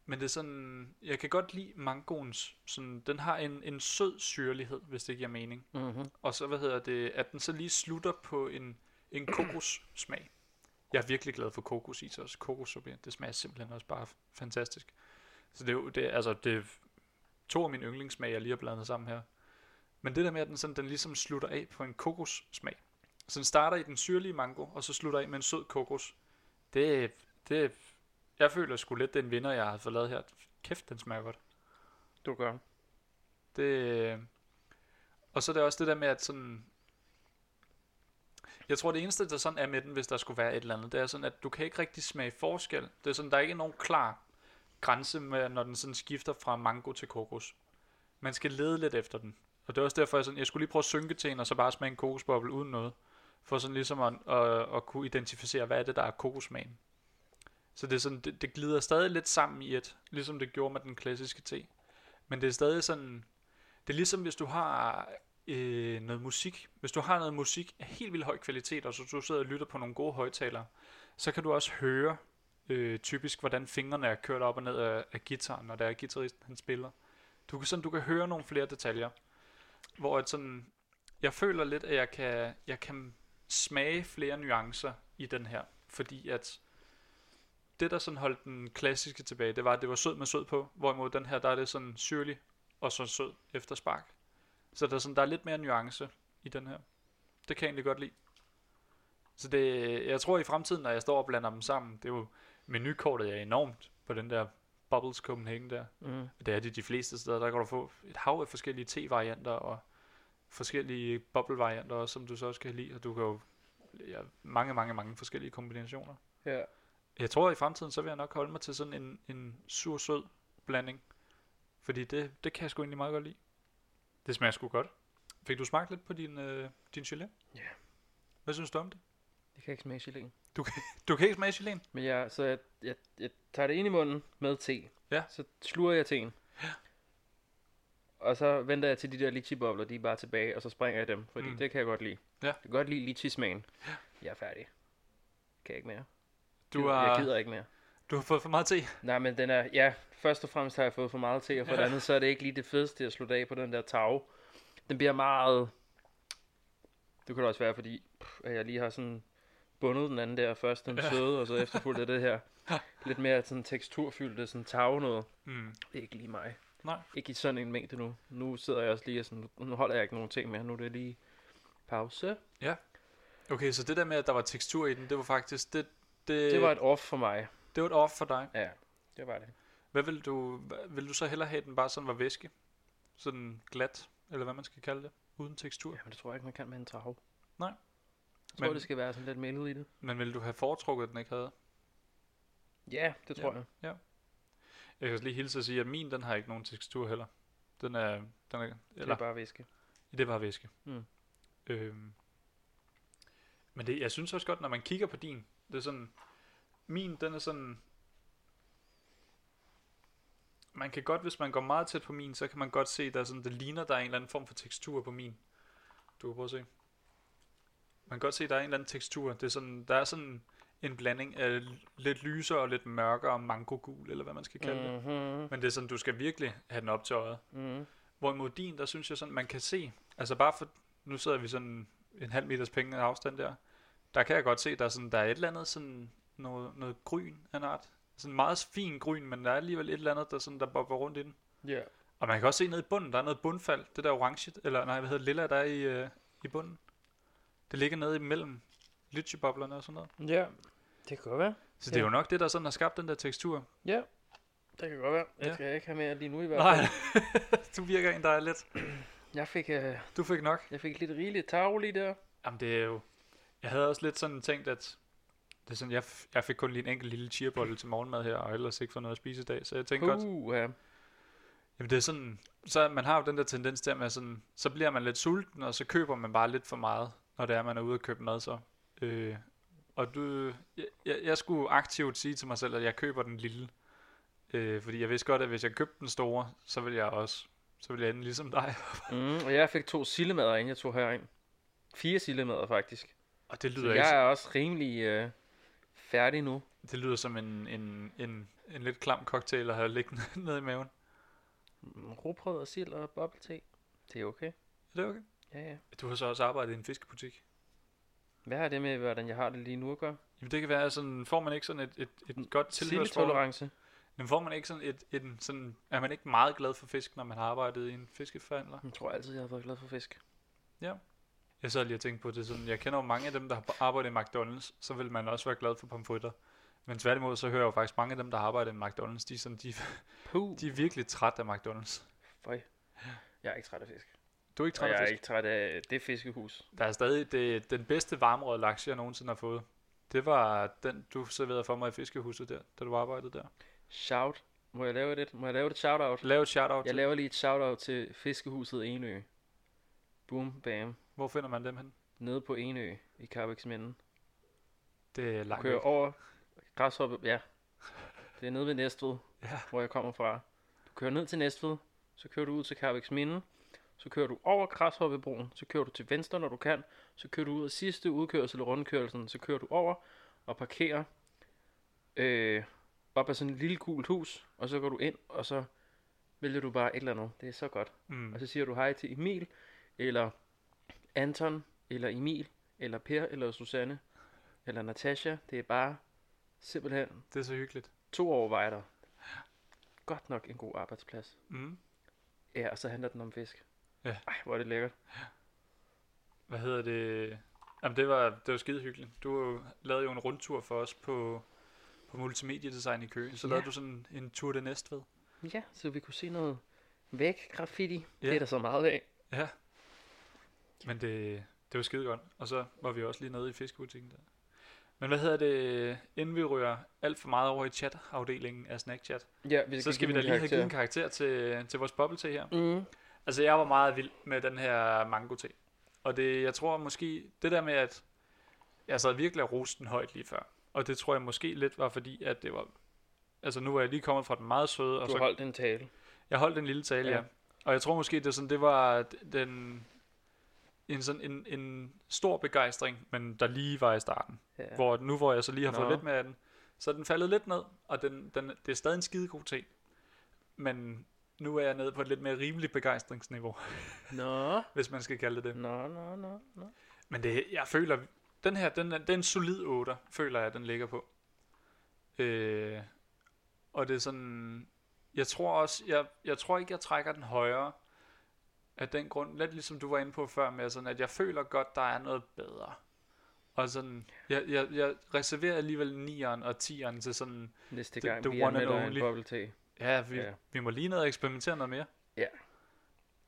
Speaker 1: men det er sådan, jeg kan godt lide mangoens, sådan, den har en, en sød syrlighed, hvis det giver mening.
Speaker 2: Mm-hmm.
Speaker 1: Og så, hvad hedder det, at den så lige slutter på en, en kokossmag. Jeg er virkelig glad for kokos i også. Kokossuppe, det smager simpelthen også bare f- fantastisk. Så det er jo, det, er- altså, det er to af mine yndlingssmag, jeg lige har blandet sammen her. Men det der med, at den, sådan, den ligesom slutter af på en kokossmag. Så den starter i den syrlige mango, og så slutter af med en sød kokos. Det, det, jeg føler sgu lidt, den vinder, jeg har fået lavet her. Kæft, den smager godt.
Speaker 2: Du gør.
Speaker 1: Det... Og så er det også det der med, at sådan... Jeg tror, det eneste, der sådan er med den, hvis der skulle være et eller andet, det er sådan, at du kan ikke rigtig smage forskel. Det er sådan, der er ikke nogen klar grænse, med, når den sådan skifter fra mango til kokos. Man skal lede lidt efter den. Og det er også derfor, jeg, sådan, jeg skulle lige prøve at synke til en, og så bare smage en kokosboble uden noget. For sådan ligesom at, at, at kunne identificere, hvad er det, der er kokosmagen. Så det, er sådan, det, det glider stadig lidt sammen i et, ligesom det gjorde med den klassiske te. Men det er stadig sådan, det er ligesom, hvis du har øh, noget musik. Hvis du har noget musik af helt vildt høj kvalitet, og så du sidder og lytter på nogle gode højtalere, så kan du også høre øh, typisk, hvordan fingrene er kørt op og ned af, af gitaren, når der er guitaristen, han spiller. Du kan, sådan, du kan høre nogle flere detaljer. Hvor at sådan, jeg føler lidt, at jeg kan, jeg kan smage flere nuancer i den her. Fordi at det, der sådan holdt den klassiske tilbage, det var, at det var sød med sød på. Hvorimod den her, der er det sådan syrlig og så sød efter spark. Så der er, sådan, der er lidt mere nuance i den her. Det kan jeg egentlig godt lide. Så det, jeg tror i fremtiden, når jeg står og blander dem sammen, det er jo, menukortet er enormt på den der Bubbles Copenhagen der.
Speaker 2: Mm.
Speaker 1: Det er det de fleste steder, der kan du få et hav af forskellige te-varianter og forskellige boble-varianter også, som du så også kan lide, og du kan jo ja, mange, mange, mange forskellige kombinationer.
Speaker 2: Ja.
Speaker 1: Jeg tror i fremtiden, så vil jeg nok holde mig til sådan en, en sur-sød blanding. Fordi det, det kan jeg sgu egentlig meget godt lide. Det smager sgu godt. Fik du smagt lidt på din, øh, din gelé?
Speaker 2: Ja.
Speaker 1: Hvad synes du om det?
Speaker 2: Det kan ikke smage geléen.
Speaker 1: Du kan ikke smage geléen.
Speaker 2: Men jeg, så jeg, jeg, jeg tager det ind i munden med te.
Speaker 1: Ja.
Speaker 2: Så sluger jeg teen. Ja. Og så venter jeg til de der litchi-bobler, de er bare tilbage, og så springer jeg dem, fordi
Speaker 1: Mm.
Speaker 2: mm. det kan jeg godt lide.
Speaker 1: Ja.
Speaker 2: Jeg kan godt lide litchi-smagen. Ja. Jeg er færdig. Kan jeg ikke mere.
Speaker 1: Du
Speaker 2: Jeg
Speaker 1: har,
Speaker 2: gider ikke mere.
Speaker 1: du har fået for meget te.
Speaker 2: Nej, men den er, ja, først og fremmest har jeg fået for meget te, og for det andet, så er det ikke lige det fedeste at slutte af på den der tag. Den bliver meget... Det kunne det også være, fordi pff, at jeg lige har sådan bundet den anden der, først den søde, og så efterfulgt af det her. Lidt mere sådan teksturfyldte, sådan tag noget.
Speaker 1: Mm.
Speaker 2: Det er ikke lige mig.
Speaker 1: Nej.
Speaker 2: Ikke i sådan en mængde nu. Nu sidder jeg også lige og sådan, nu holder jeg ikke nogen ting mere, nu er det lige pause.
Speaker 1: Okay, så det der med, at der var tekstur i den, det var faktisk... Det, det,
Speaker 2: Det var et off for mig.
Speaker 1: det var et off for dig.
Speaker 2: Øh. Ja, det var det.
Speaker 1: Hvad vil du... hva- Vil du så hellere have, at den bare sådan var væske? Sådan glat, eller hvad man skal kalde det? Uden tekstur?
Speaker 2: Jamen, det tror jeg ikke, man kan med en trav.
Speaker 1: Nej.
Speaker 2: Jeg tror,
Speaker 1: Men-
Speaker 2: det skal være sådan lidt mældet i det.
Speaker 1: Men ville du have foretrukket, at den ikke havde?
Speaker 2: Ja, det tror jeg.
Speaker 1: Jeg kan også lige hilse og sige, at min, den har ikke nogen tekstur heller. Den er... Den er
Speaker 2: Det er
Speaker 1: eller,
Speaker 2: bare væske.
Speaker 1: det er bare væske.
Speaker 2: Mm.
Speaker 1: Øhm. Men det, jeg synes også godt, når man kigger på din, det er sådan... Min, den er sådan... man kan godt, hvis man går meget tæt på min, så kan man godt se, der er sådan, det ligner, der er en eller anden form for tekstur på min. Du kan prøve at se. Man kan godt se, der er en eller anden tekstur. Det er sådan, der er sådan en blanding af lidt lysere og lidt mørkere mango-gul, eller hvad man skal kalde mm. det.
Speaker 2: Mm-hmm.
Speaker 1: Men det er sådan, du skal virkelig have den op til øjet.
Speaker 2: Mm-hmm.
Speaker 1: Hvorimod din, der synes jeg sådan, man kan se, altså bare for, nu sidder vi sådan en halv meters penge afstand der, der kan jeg godt se, der er sådan, der er et eller andet sådan, noget, noget gryn af en art. Sådan meget fin gryn, men der er alligevel et eller andet, der sådan, der bobber rundt i den.
Speaker 2: Yeah.
Speaker 1: Og man kan også se ned i bunden, der er noget bundfald, det der orange, eller nej, hvad hedder det, lilla, der er i, øh, i bunden. Det ligger nede imellem lycheboblerne og sådan noget.
Speaker 2: Ja, det kan godt være.
Speaker 1: Så det er
Speaker 2: Ja.
Speaker 1: jo nok det, der sådan har skabt den der tekstur.
Speaker 2: Ja, det kan godt være. Jeg
Speaker 1: Ja.
Speaker 2: skal ikke have mere lige nu i hvert
Speaker 1: Nej,
Speaker 2: fald.
Speaker 1: du virker en, der er lidt.
Speaker 2: Jeg fik, øh,
Speaker 1: Du fik nok.
Speaker 2: jeg fik lidt rigeligt tag lige der.
Speaker 1: Jamen det er jo... Jeg havde også lidt sådan tænkt, at... Det er sådan, jeg, f- jeg fik kun lige en enkelt lille cheerbolle til morgenmad her, og ellers ikke fået noget at spise i dag, så jeg tænkte uh. godt...
Speaker 2: Uh, ja.
Speaker 1: Jamen det er sådan... Så man har jo den der tendens der med sådan... Så bliver man lidt sulten, og så køber man bare lidt for meget, når det er, man er ude og købe mad så. Øh, og du... Jeg, jeg, jeg skulle aktivt sige til mig selv, at jeg køber den lille. Øh, fordi jeg vidste godt, at hvis jeg købte den store, så ville jeg også... Så ville jeg ende ligesom dig.
Speaker 2: Mm, og jeg fik to sillemader, inden jeg tog herind. Fire sillemader, faktisk.
Speaker 1: Og det
Speaker 2: Så
Speaker 1: lyder, ikke,
Speaker 2: jeg er også rimelig øh, færdig nu.
Speaker 1: det lyder som en, en, en, en lidt klam cocktail at have liggende nede i maven.
Speaker 2: Mm, Rugbrød og sild og boblete. Det er okay.
Speaker 1: Er det okay?
Speaker 2: Ja, ja.
Speaker 1: Du har så også arbejdet i en fiskebutik.
Speaker 2: Hvad har det med, hvordan jeg har det lige nu at gøre?
Speaker 1: Jamen det kan være sådan, får man ikke sådan et, et, et godt tilhørsforhold?
Speaker 2: Sildetolerance.
Speaker 1: Men får man ikke sådan et, et sådan, er man ikke meget glad for fisk, når man har arbejdet i en fiskeforhandler?
Speaker 2: Jeg tror altid, jeg har været glad for fisk.
Speaker 1: Jeg sad lige og tænkte på det sådan, jeg kender jo mange af dem, der har arbejdet i McDonald's, så vil man også være glad for pomfritter. Men tværtimod, så hører jeg jo faktisk mange af dem, der har arbejdet i McDonald's, de er, sådan, de,
Speaker 2: Puh.
Speaker 1: de er virkelig træt af McDonald's.
Speaker 2: Føj. Jeg er ikke træt af fisk.
Speaker 1: Du er ikke
Speaker 2: Og
Speaker 1: træt
Speaker 2: jeg
Speaker 1: af
Speaker 2: er
Speaker 1: fisk?
Speaker 2: ikke træt af det fiskehus.
Speaker 1: Der er stadig det, den bedste varmrøde laks, jeg nogensinde har fået. Det var den, du serverede for mig i fiskehuset der, da du arbejdede der.
Speaker 2: Shout. Må jeg lave det? Må jeg lave et shout-out?
Speaker 1: Lav et shout-out
Speaker 2: Jeg
Speaker 1: til.
Speaker 2: laver lige et shout-out til Fiskehuset Enø. Boom, bam.
Speaker 1: Hvor finder man dem hen?
Speaker 2: Nede på Enø i Carbeksminden.
Speaker 1: Det er
Speaker 2: Du
Speaker 1: langt
Speaker 2: kører
Speaker 1: væk.
Speaker 2: over Græshoppe, ja. Det er nede ved Næstved,
Speaker 1: Ja.
Speaker 2: hvor jeg kommer fra. Du kører ned til Næstved, så kører du ud til Carbeksminden, så kører du over Græshoppebroen, så kører du til venstre, når du kan, så kører du ud af sidste udkørsel og rundkørselen, så kører du over og parkerer øh, op af sådan et lille gult hus, og så går du ind, og så vælger du bare et eller andet. Det er så godt.
Speaker 1: Mm.
Speaker 2: Og så siger du hej til Emil, eller Anton, eller Emil, eller Per, eller Susanne, eller Natasha. Det er bare simpelthen
Speaker 1: Det er så hyggeligt.
Speaker 2: to overvejer Godt nok en god arbejdsplads.
Speaker 1: Mm.
Speaker 2: Ja, og så handler den om fisk.
Speaker 1: Ja.
Speaker 2: Ej, hvor er det lækkert.
Speaker 1: Hvad hedder det? Jamen, det var, det var skide hyggeligt. Du lavede jo en rundtur for os på, på multimediedesign i Køge. Så
Speaker 2: Ja.
Speaker 1: lavede du sådan en tur til Næstved.
Speaker 2: Ja, så vi kunne se noget væk graffiti. Ja. Det
Speaker 1: Ja.
Speaker 2: er der så meget af.
Speaker 1: Ja. Men det, det var skide godt. Og så var vi også lige nede i fiskebutikken der. Men hvad hedder det, inden vi rører alt for meget over i chat-afdelingen af Snackchat,
Speaker 2: Ja, vi
Speaker 1: så skal vi da
Speaker 2: give
Speaker 1: lige have givet
Speaker 2: den
Speaker 1: en karakter til, til vores bobbelte her.
Speaker 2: karakter. Mm.
Speaker 1: Altså, jeg var meget vild med den her mango te. Og det, jeg tror måske, det der med, at jeg sad virkelig og roste den højt lige før. Og det tror jeg måske lidt var fordi, at det var... Altså, nu var jeg lige kommet fra den meget søde, og
Speaker 2: Du
Speaker 1: så...
Speaker 2: holdt en tale.
Speaker 1: Jeg holdt en lille tale, ja.
Speaker 2: Ja.
Speaker 1: ja. Og jeg tror måske, det, er sådan, det var d- den... En, sådan, en, en stor begejstring, men der lige var i starten. Ja.
Speaker 2: Ja.
Speaker 1: Hvor nu, hvor jeg så lige har fået
Speaker 2: Nå.
Speaker 1: lidt mere af den, så er den faldet lidt ned, og den, den, det er stadig en skide god ting. Men nu er jeg nede på et lidt mere rimeligt begejstringsniveau,
Speaker 2: Nå,
Speaker 1: hvis man skal kalde det det.
Speaker 2: nå, nå, nå, nå.
Speaker 1: Men det, jeg føler, den her, den, er- den er en solid 8, føler jeg, den ligger på. Øh, og det er sådan, jeg tror også, jeg, jeg tror ikke, jeg trækker den højere af den grund, lidt ligesom du var inde på før med sådan, at jeg føler godt, der er noget bedre. Og sådan, jeg, jeg, jeg reserverer alligevel 9'eren og 10'eren til sådan,
Speaker 2: Næste
Speaker 1: The-
Speaker 2: gang,
Speaker 1: the
Speaker 2: vi
Speaker 1: one and
Speaker 2: anmelder en
Speaker 1: only.
Speaker 2: boble
Speaker 1: ja, vi,
Speaker 2: Ja.
Speaker 1: ja. vi må lige ned og eksperimentere noget mere.
Speaker 2: Ja.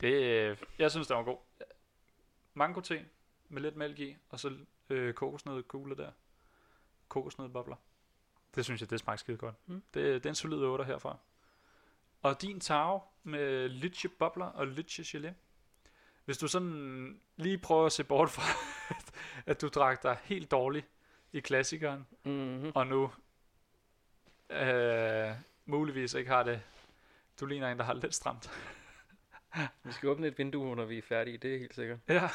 Speaker 1: Det, øh, jeg synes, det var god. Mango te med lidt mælk i, og så øh, kokosnødkugle der. Kokosnødbobler. Det synes jeg, det smagte skide godt.
Speaker 2: Mm.
Speaker 1: Mm. Det, det er en solid 8 herfra. Og din tarve med lychebobler og lychegelé. Hvis du sådan lige prøver at se bort fra, at du drak dig helt dårlig i klassikeren,
Speaker 2: Mm-hmm.
Speaker 1: og nu øh, muligvis ikke har det Du ligner en, der har lidt stramt.
Speaker 2: Vi skal åbne et vindue, når vi er færdige, det er helt sikkert.
Speaker 1: ja,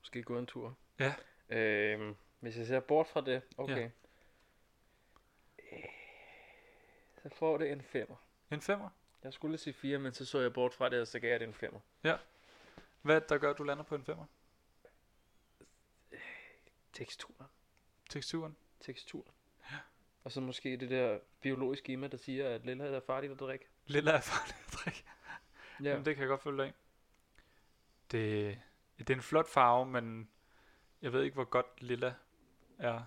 Speaker 2: Måske gå en tur.
Speaker 1: Ja.
Speaker 2: Øhm, hvis jeg ser bort fra det, okay. Ja. Så får det en femmer.
Speaker 1: en femmer.
Speaker 2: Jeg skulle sige 4, men så så jeg bort fra det, og så gav jeg det en femmer.
Speaker 1: Hvad er det, der gør, at du lander på en femmer?
Speaker 2: Teksturen.
Speaker 1: Teksturen?
Speaker 2: Teksturen. Og så måske det der biologiske schema, der siger, at lilla er farligt at drikke.
Speaker 1: Lilla er farlig at drikke. Ja. Jamen, det kan jeg godt følge dig i. Det, det er en flot farve, men jeg ved ikke, hvor godt lilla er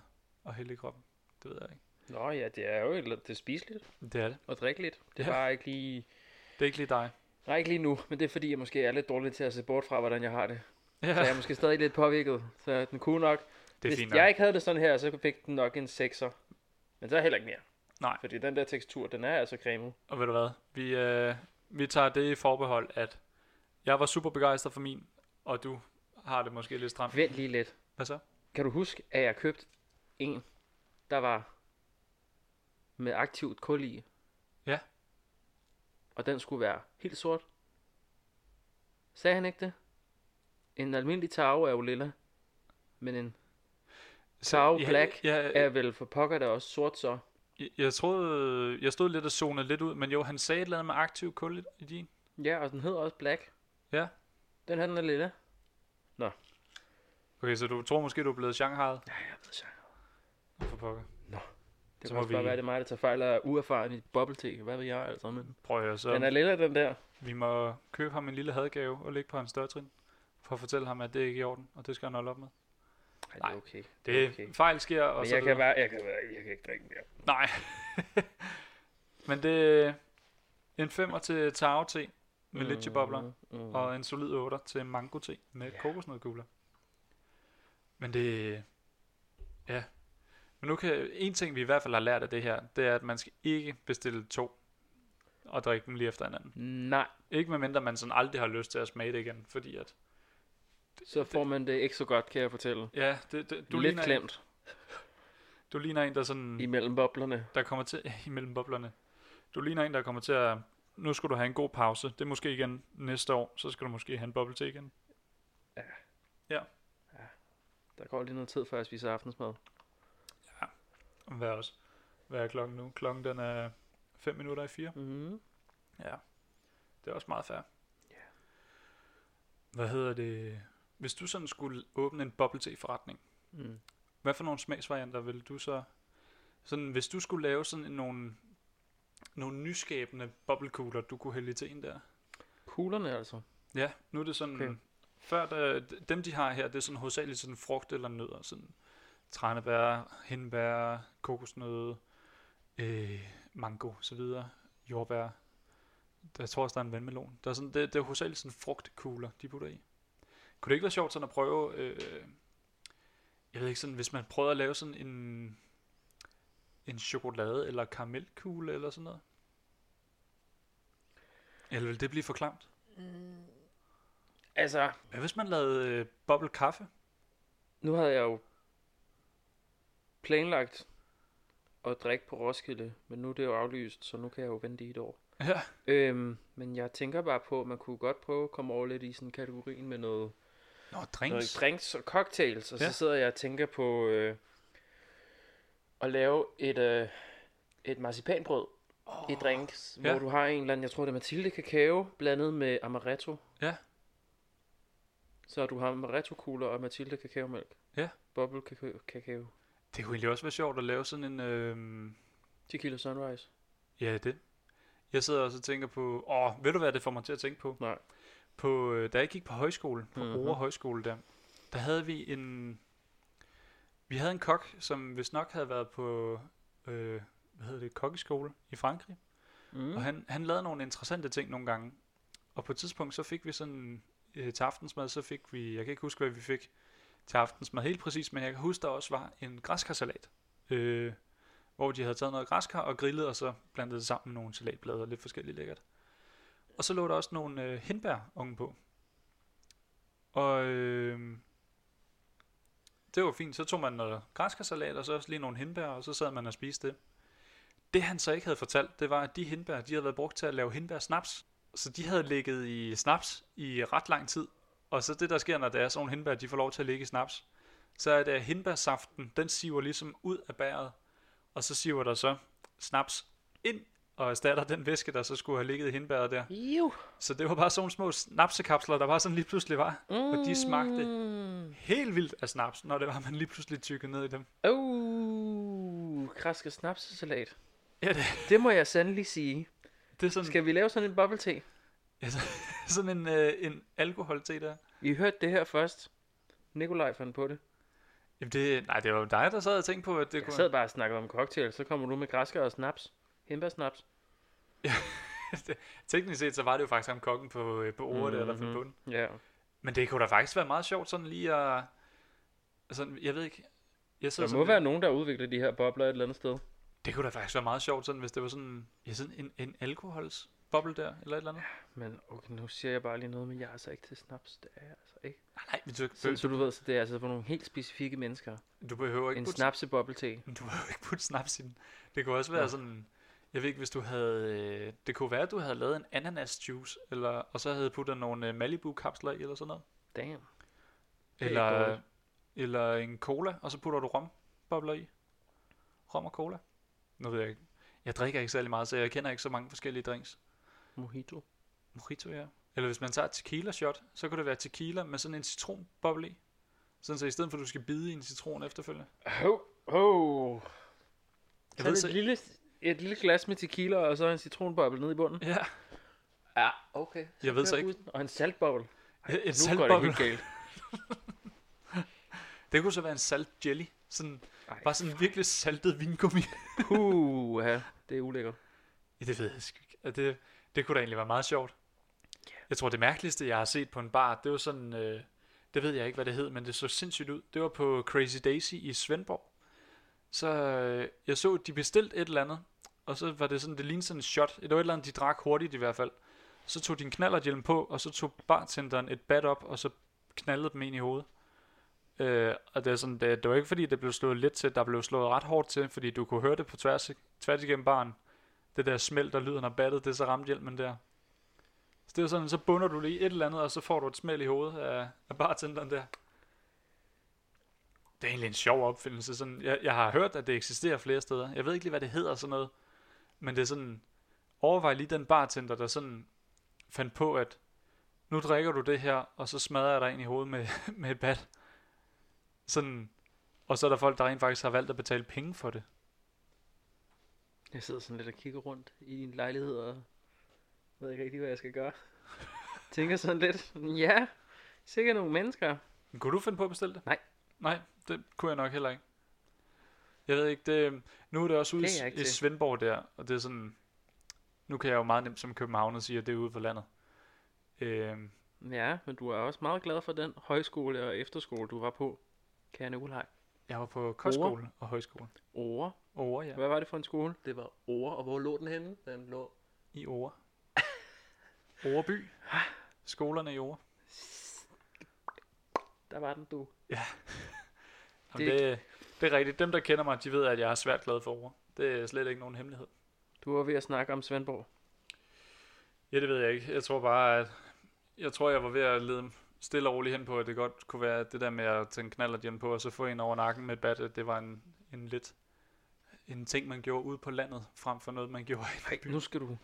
Speaker 1: at hælde i kroppen. Det ved jeg ikke.
Speaker 2: Nå ja, det er jo et, det er spiseligt
Speaker 1: Det er det.
Speaker 2: og drikkeligt. Det er
Speaker 1: Ja.
Speaker 2: ja. bare ikke lige,
Speaker 1: Det er ikke lige dig.
Speaker 2: nej, ikke lige nu, men det er fordi, jeg måske er lidt dårlig til at se bort fra, hvordan jeg har det.
Speaker 1: Ja,
Speaker 2: Så jeg er måske stadig lidt påvirket, så den kunne nok.
Speaker 1: det er
Speaker 2: Hvis
Speaker 1: fint nok.
Speaker 2: jeg ikke havde det sådan her, så fik den nok en 6'er. Men så er heller ikke mere.
Speaker 1: Nej.
Speaker 2: Fordi den der tekstur, den er altså cremet.
Speaker 1: Og ved du hvad? Vi, øh, vi tager det i forbehold, at jeg var super begejstret for min, og du har det måske lidt stramt.
Speaker 2: Vent lige lidt.
Speaker 1: Hvad så?
Speaker 2: Kan du huske, at jeg købte en, der var med aktivt kul i?
Speaker 1: Ja.
Speaker 2: Og den skulle være helt sort. Sagde han ikke det? En almindelig tarve er jo lilla, men en tarve black
Speaker 1: Ja, ja,
Speaker 2: er vel for pokker der også sort så.
Speaker 1: jeg, jeg troede, jeg stod lidt og zonede lidt ud, men jo, han sagde et eller andet med aktiv kul i- i din.
Speaker 2: Ja, og den hedder også black.
Speaker 1: Ja.
Speaker 2: Den her, den er lilla.
Speaker 1: Okay, så du tror måske, du er blevet shanghaiet?
Speaker 2: Ja, jeg ved så.
Speaker 1: For pokker.
Speaker 2: Det
Speaker 1: Så
Speaker 2: kan
Speaker 1: må
Speaker 2: også bare
Speaker 1: vi-
Speaker 2: være, det er mig, der tager fejl af uerfaren i bobbelte. Hvad ved jeg altså, men...
Speaker 1: Prøv at høre, så...
Speaker 2: Den er lilla, den der.
Speaker 1: Vi må købe ham en lille hadgave og lægge på hans dørtrin, for at fortælle ham, at det ikke er i orden, og det skal han holde op med.
Speaker 2: Ej, det
Speaker 1: Nej,
Speaker 2: er okay.
Speaker 1: Det
Speaker 2: okay.
Speaker 1: okay. fejl sker, og
Speaker 2: Men
Speaker 1: så
Speaker 2: jeg
Speaker 1: videre.
Speaker 2: kan, bare, jeg, kan, bare- jeg kan ikke drikke mere.
Speaker 1: Nej. Men det er en 5'er til taro te med mm. litchi-bobler,
Speaker 2: Mm, mm.
Speaker 1: og en solid 8'er til mango te med
Speaker 2: Ja.
Speaker 1: yeah. kokosnødkugler. Men det Ja. Men nu kan... En ting, vi i hvert fald har lært af det her, det er, at man skal ikke bestille to og drikke dem lige efter hinanden.
Speaker 2: Nej,
Speaker 1: Ikke medmindre man sådan aldrig har lyst til at smage det igen, fordi at
Speaker 2: så får man det ikke så godt, kan jeg fortælle.
Speaker 1: Ja, det, det,
Speaker 2: Du
Speaker 1: du,
Speaker 2: Lidt
Speaker 1: ligner Mm. en,
Speaker 2: klemt
Speaker 1: du ligner en, der sådan,
Speaker 2: imellem boblerne.
Speaker 1: der kommer til, imellem boblerne, du ligner en, der kommer til at, nu skal du have en god pause, det er måske igen næste år, så skal du måske have en boble til igen.
Speaker 2: Der går lige noget tid, før jeg spiser aftensmad.
Speaker 1: Hvad er, også, hvad er klokken nu? Klokken den er 5 minutter i 4.
Speaker 2: Mm.
Speaker 1: Ja, det er også meget fair. Hvad hedder det? Hvis du sådan skulle åbne en boble til forretning,
Speaker 2: Mm.
Speaker 1: hvad for nogle smagsvarianter vil du så, sådan, hvis du skulle lave sådan nogle, nogle nyskabende boblekugler, du kunne hælde i teen der?
Speaker 2: Kuglerne altså.
Speaker 1: Ja, nu er det sådan, okay.
Speaker 2: Okay.
Speaker 1: før der, d- dem de har her, det er sådan hovedsageligt sådan frugt eller nødder, sådan tranebær, hindbær, kokosnød, øh, mango, så videre, jordbær. Der jeg tror også, der er en vandmelon. Der er sådan, det, det er hovedsageligt sådan frugtkugler, de putter i. Kunne det ikke være sjovt sådan at prøve, øh, jeg ved ikke sådan, hvis man prøvede at lave sådan en, en chokolade eller karamelkugle eller sådan noget? Eller vil det blive for klamt?
Speaker 2: Altså,
Speaker 1: Hvad hvis man lavede øh, boble kaffe?
Speaker 2: nu havde jeg jo planlagt at drikke på Roskilde, men nu er det jo aflyst, så nu kan jeg jo vente i et år.
Speaker 1: Ja.
Speaker 2: Øhm, men jeg tænker bare på, at man kunne godt prøve at komme over lidt i sådan kategorien med noget
Speaker 1: Nå,
Speaker 2: drinks,
Speaker 1: drinks.
Speaker 2: noget drinks og cocktails, og ja.
Speaker 1: Ja.
Speaker 2: så sidder jeg og tænker på øh, at lave et, øh, et marcipanbrød oh, i drinks,
Speaker 1: ja.
Speaker 2: hvor du har en eller anden, jeg tror det er Mathilde kakao, blandet med amaretto.
Speaker 1: Ja.
Speaker 2: Så du har amaretto-kugler og Mathilde kakaomælk.
Speaker 1: Ja.
Speaker 2: Bubble kakao. kakao.
Speaker 1: Det kunne egentlig også være sjovt at lave sådan en... Øh...
Speaker 2: Tequila sunrise.
Speaker 1: Ja, det. Jeg sidder også og tænker på... Åh, ved du hvad det får mig til at tænke på?
Speaker 2: Nej.
Speaker 1: På, øh, da jeg gik på højskole, på mm-hmm.
Speaker 2: Mhm.
Speaker 1: Ore Højskole der, der havde vi en... Vi havde en kok, som hvis nok havde været på... Øh, hvad hedder det? Kokkeskole i Frankrig.
Speaker 2: Mm.
Speaker 1: Og han, han lavede nogle interessante ting nogle gange. Og på et tidspunkt, så fik vi sådan øh, til aftensmad, så fik vi, jeg kan ikke huske, hvad vi fik til aftensmad helt præcis, men jeg kan huske, der også var en græskarsalat, øh, hvor de havde taget noget græskar og grillet, og så blandet det sammen med nogle salatblade og lidt forskelligt lækkert. Og så lå der også nogle øh, hindbær ovenpå. Og øh, det var fint. Så tog man noget græskarsalat, og så også lige nogle hindbær, og så sad man og spiste det. Det han så ikke havde fortalt, det var, at de hindbær, de havde været brugt til at lave hindbærsnaps. Så de havde ligget i snaps i ret lang tid. Og så det, der sker, når der er sådan nogle hindbær, de får lov til at ligge i snaps, så er det, at hindbærsaften, den siver ligesom ud af bæret, og så siver der så snaps ind og erstatter den væske, der så skulle have ligget i hindbæret der.
Speaker 2: Jo.
Speaker 1: Så det var bare sådan nogle små snapsekapsler, der bare sådan lige pludselig var. Mm. Og de smagte
Speaker 2: Mm.
Speaker 1: helt vildt af snaps, når det var, man lige pludselig tykkede ned i dem.
Speaker 2: Oh, kraske snapsesalat.
Speaker 1: Ja, det,
Speaker 2: Det må jeg sandelig sige.
Speaker 1: det er sådan,
Speaker 2: Skal vi lave sådan en bubble tea?
Speaker 1: ja, så- sådan en, øh, en alkohol-te der.
Speaker 2: Vi hørte det her først. Nikolaj fandt på det.
Speaker 1: Jamen det, nej, det var jo dig, der sad og tænkte på, at det
Speaker 2: Jeg
Speaker 1: kunne...
Speaker 2: sad bare og snakkede om cocktail, så kommer du med græsker og snaps. Hindbærsnaps.
Speaker 1: Teknisk set, så var det jo faktisk ham kokken på, øh, på ordet, mm-hmm. der
Speaker 2: Mhm,
Speaker 1: fandt på den.
Speaker 2: Ja.
Speaker 1: Men det kunne da faktisk være meget sjovt sådan lige at... Sådan, jeg ved ikke... Jeg sidder
Speaker 2: Der
Speaker 1: sådan
Speaker 2: må
Speaker 1: lidt-
Speaker 2: være nogen, der udvikler de her bobler et eller andet sted.
Speaker 1: Det kunne da faktisk være meget sjovt, sådan, hvis det var sådan, ja, sådan en, en alkohols boble der, eller et eller andet.
Speaker 2: Men okay, nu siger jeg bare lige noget, men jeg er altså ikke til snaps. Det er jeg altså ikke.
Speaker 1: Nej, nej, men du,
Speaker 2: Så, så du ved, så det er altså for nogle helt specifikke mennesker.
Speaker 1: du behøver ikke
Speaker 2: En
Speaker 1: putte,
Speaker 2: snapse bubble tea.
Speaker 1: du behøver ikke putte snaps i den. Det kunne også være
Speaker 2: Nå.
Speaker 1: sådan, jeg ved ikke, hvis du havde, øh, det kunne være, at du havde lavet en ananas juice, eller, og så havde puttet nogle øh, Malibu-kapsler i, eller sådan noget.
Speaker 2: Damn. Det er ikke
Speaker 1: Eller,
Speaker 2: dårligt.
Speaker 1: eller en cola, og så putter du rombobler i. Rom og cola. Nu ved jeg ikke. Jeg drikker ikke særlig meget, så jeg kender ikke så mange forskellige drinks.
Speaker 2: Mojito.
Speaker 1: Mojito, ja. Eller hvis man tager et tequila shot, så kunne det være tequila med sådan en citronboble i. Sådan så i stedet for, at du skal bide i en citron efterfølgende.
Speaker 2: Ho, ho.
Speaker 1: Jeg
Speaker 2: Jeg
Speaker 1: ved
Speaker 2: ved,
Speaker 1: så-
Speaker 2: et, lille, et lille glas med tequila, og så en citronboble nede i bunden.
Speaker 1: Ja,
Speaker 2: Ja, okay.
Speaker 1: Jeg ved så
Speaker 2: kører
Speaker 1: ikke-
Speaker 2: bussen. Og en saltboble.
Speaker 1: en
Speaker 2: Nu går det
Speaker 1: saltboble.
Speaker 2: helt galt.
Speaker 1: Det kunne så være en salt jelly. Sådan,
Speaker 2: Ej.
Speaker 1: bare sådan virkelig saltet vingummi.
Speaker 2: Puh, ja, det er ulækkert.
Speaker 1: Ja, det ved jeg sgu ikke. Ja, Det, det kunne da egentlig være meget sjovt. Jeg tror, det mærkeligste, jeg har set på en bar, det var sådan... Øh, det ved jeg ikke, hvad det hed, men det så sindssygt ud. Det var på Crazy Daisy i Svendborg. Så øh, jeg så, at de bestilte et eller andet, og så var det sådan, det lignede sådan en shot. Det var et eller andet, de drak hurtigt i hvert fald. Så tog din knallerhjelm på, og så tog bartenderen et bat op, og så knaldede dem ind i hovedet. Øh, og det, er sådan, det, det var ikke fordi, det blev slået lidt til, der blev slået ret hårdt til, fordi du kunne høre det på tværs, tværs igennem baren det der smelt og lyden af battet, det er så ramt hjelmen der. Så det er sådan, så bunder du lige et eller andet, og så får du et smæld i hovedet af, af bartenderen der. Det er egentlig en sjov opfindelse. Sådan, jeg, jeg har hørt, at det eksisterer flere steder. Jeg ved ikke lige, hvad det hedder sådan noget. Men det er sådan, overvej lige den bartender, der sådan fandt på, at nu drikker du det her, og så smadrer jeg dig ind i hovedet med, med et bat. Sådan, og så er der folk, der rent faktisk har valgt at betale penge for det.
Speaker 2: Jeg sidder sådan lidt og kigger rundt i din lejlighed og ved ikke rigtig, hvad jeg skal gøre. Tænker sådan lidt, ja, sikkert nogle mennesker.
Speaker 1: Men Kunne du finde på at bestille det?
Speaker 2: Nej.
Speaker 1: Nej, det kunne jeg nok heller ikke. Jeg ved ikke, det, nu er det også ude
Speaker 2: Det er jeg ikke
Speaker 1: i, i
Speaker 2: til.
Speaker 1: Svendborg der, og det er sådan, nu kan jeg jo meget nemt som københavner sige, at det er ude på landet. Øhm,
Speaker 2: Ja, men du er også meget glad for den højskole og efterskole, du var på, kære Nikolaj.
Speaker 1: jeg var på kostskole og højskole.
Speaker 2: Ore.
Speaker 1: Over, ja.
Speaker 2: Hvad var det for en skole? Det var Ore, og hvor lå den henne? Den lå...
Speaker 1: I Over. Overby. Skolerne i Over.
Speaker 2: Der var den, du.
Speaker 1: Jamen,
Speaker 2: Det-
Speaker 1: det, det er rigtigt. Dem, der kender mig, de ved, at jeg er svært glad for Over. Det er slet ikke nogen hemmelighed.
Speaker 2: Du var ved at snakke om Svendborg.
Speaker 1: Ja, det ved jeg ikke. Jeg tror bare, at jeg tror, jeg var ved at lede stille og roligt hen på, at det godt kunne være at det der med at tage en knaller hjem på, og så få en over nakken med et bat, at det var en, en lidt en ting, man gjorde ude på landet, frem for noget, man gjorde i
Speaker 2: Nej,
Speaker 1: byen.
Speaker 2: nu skal du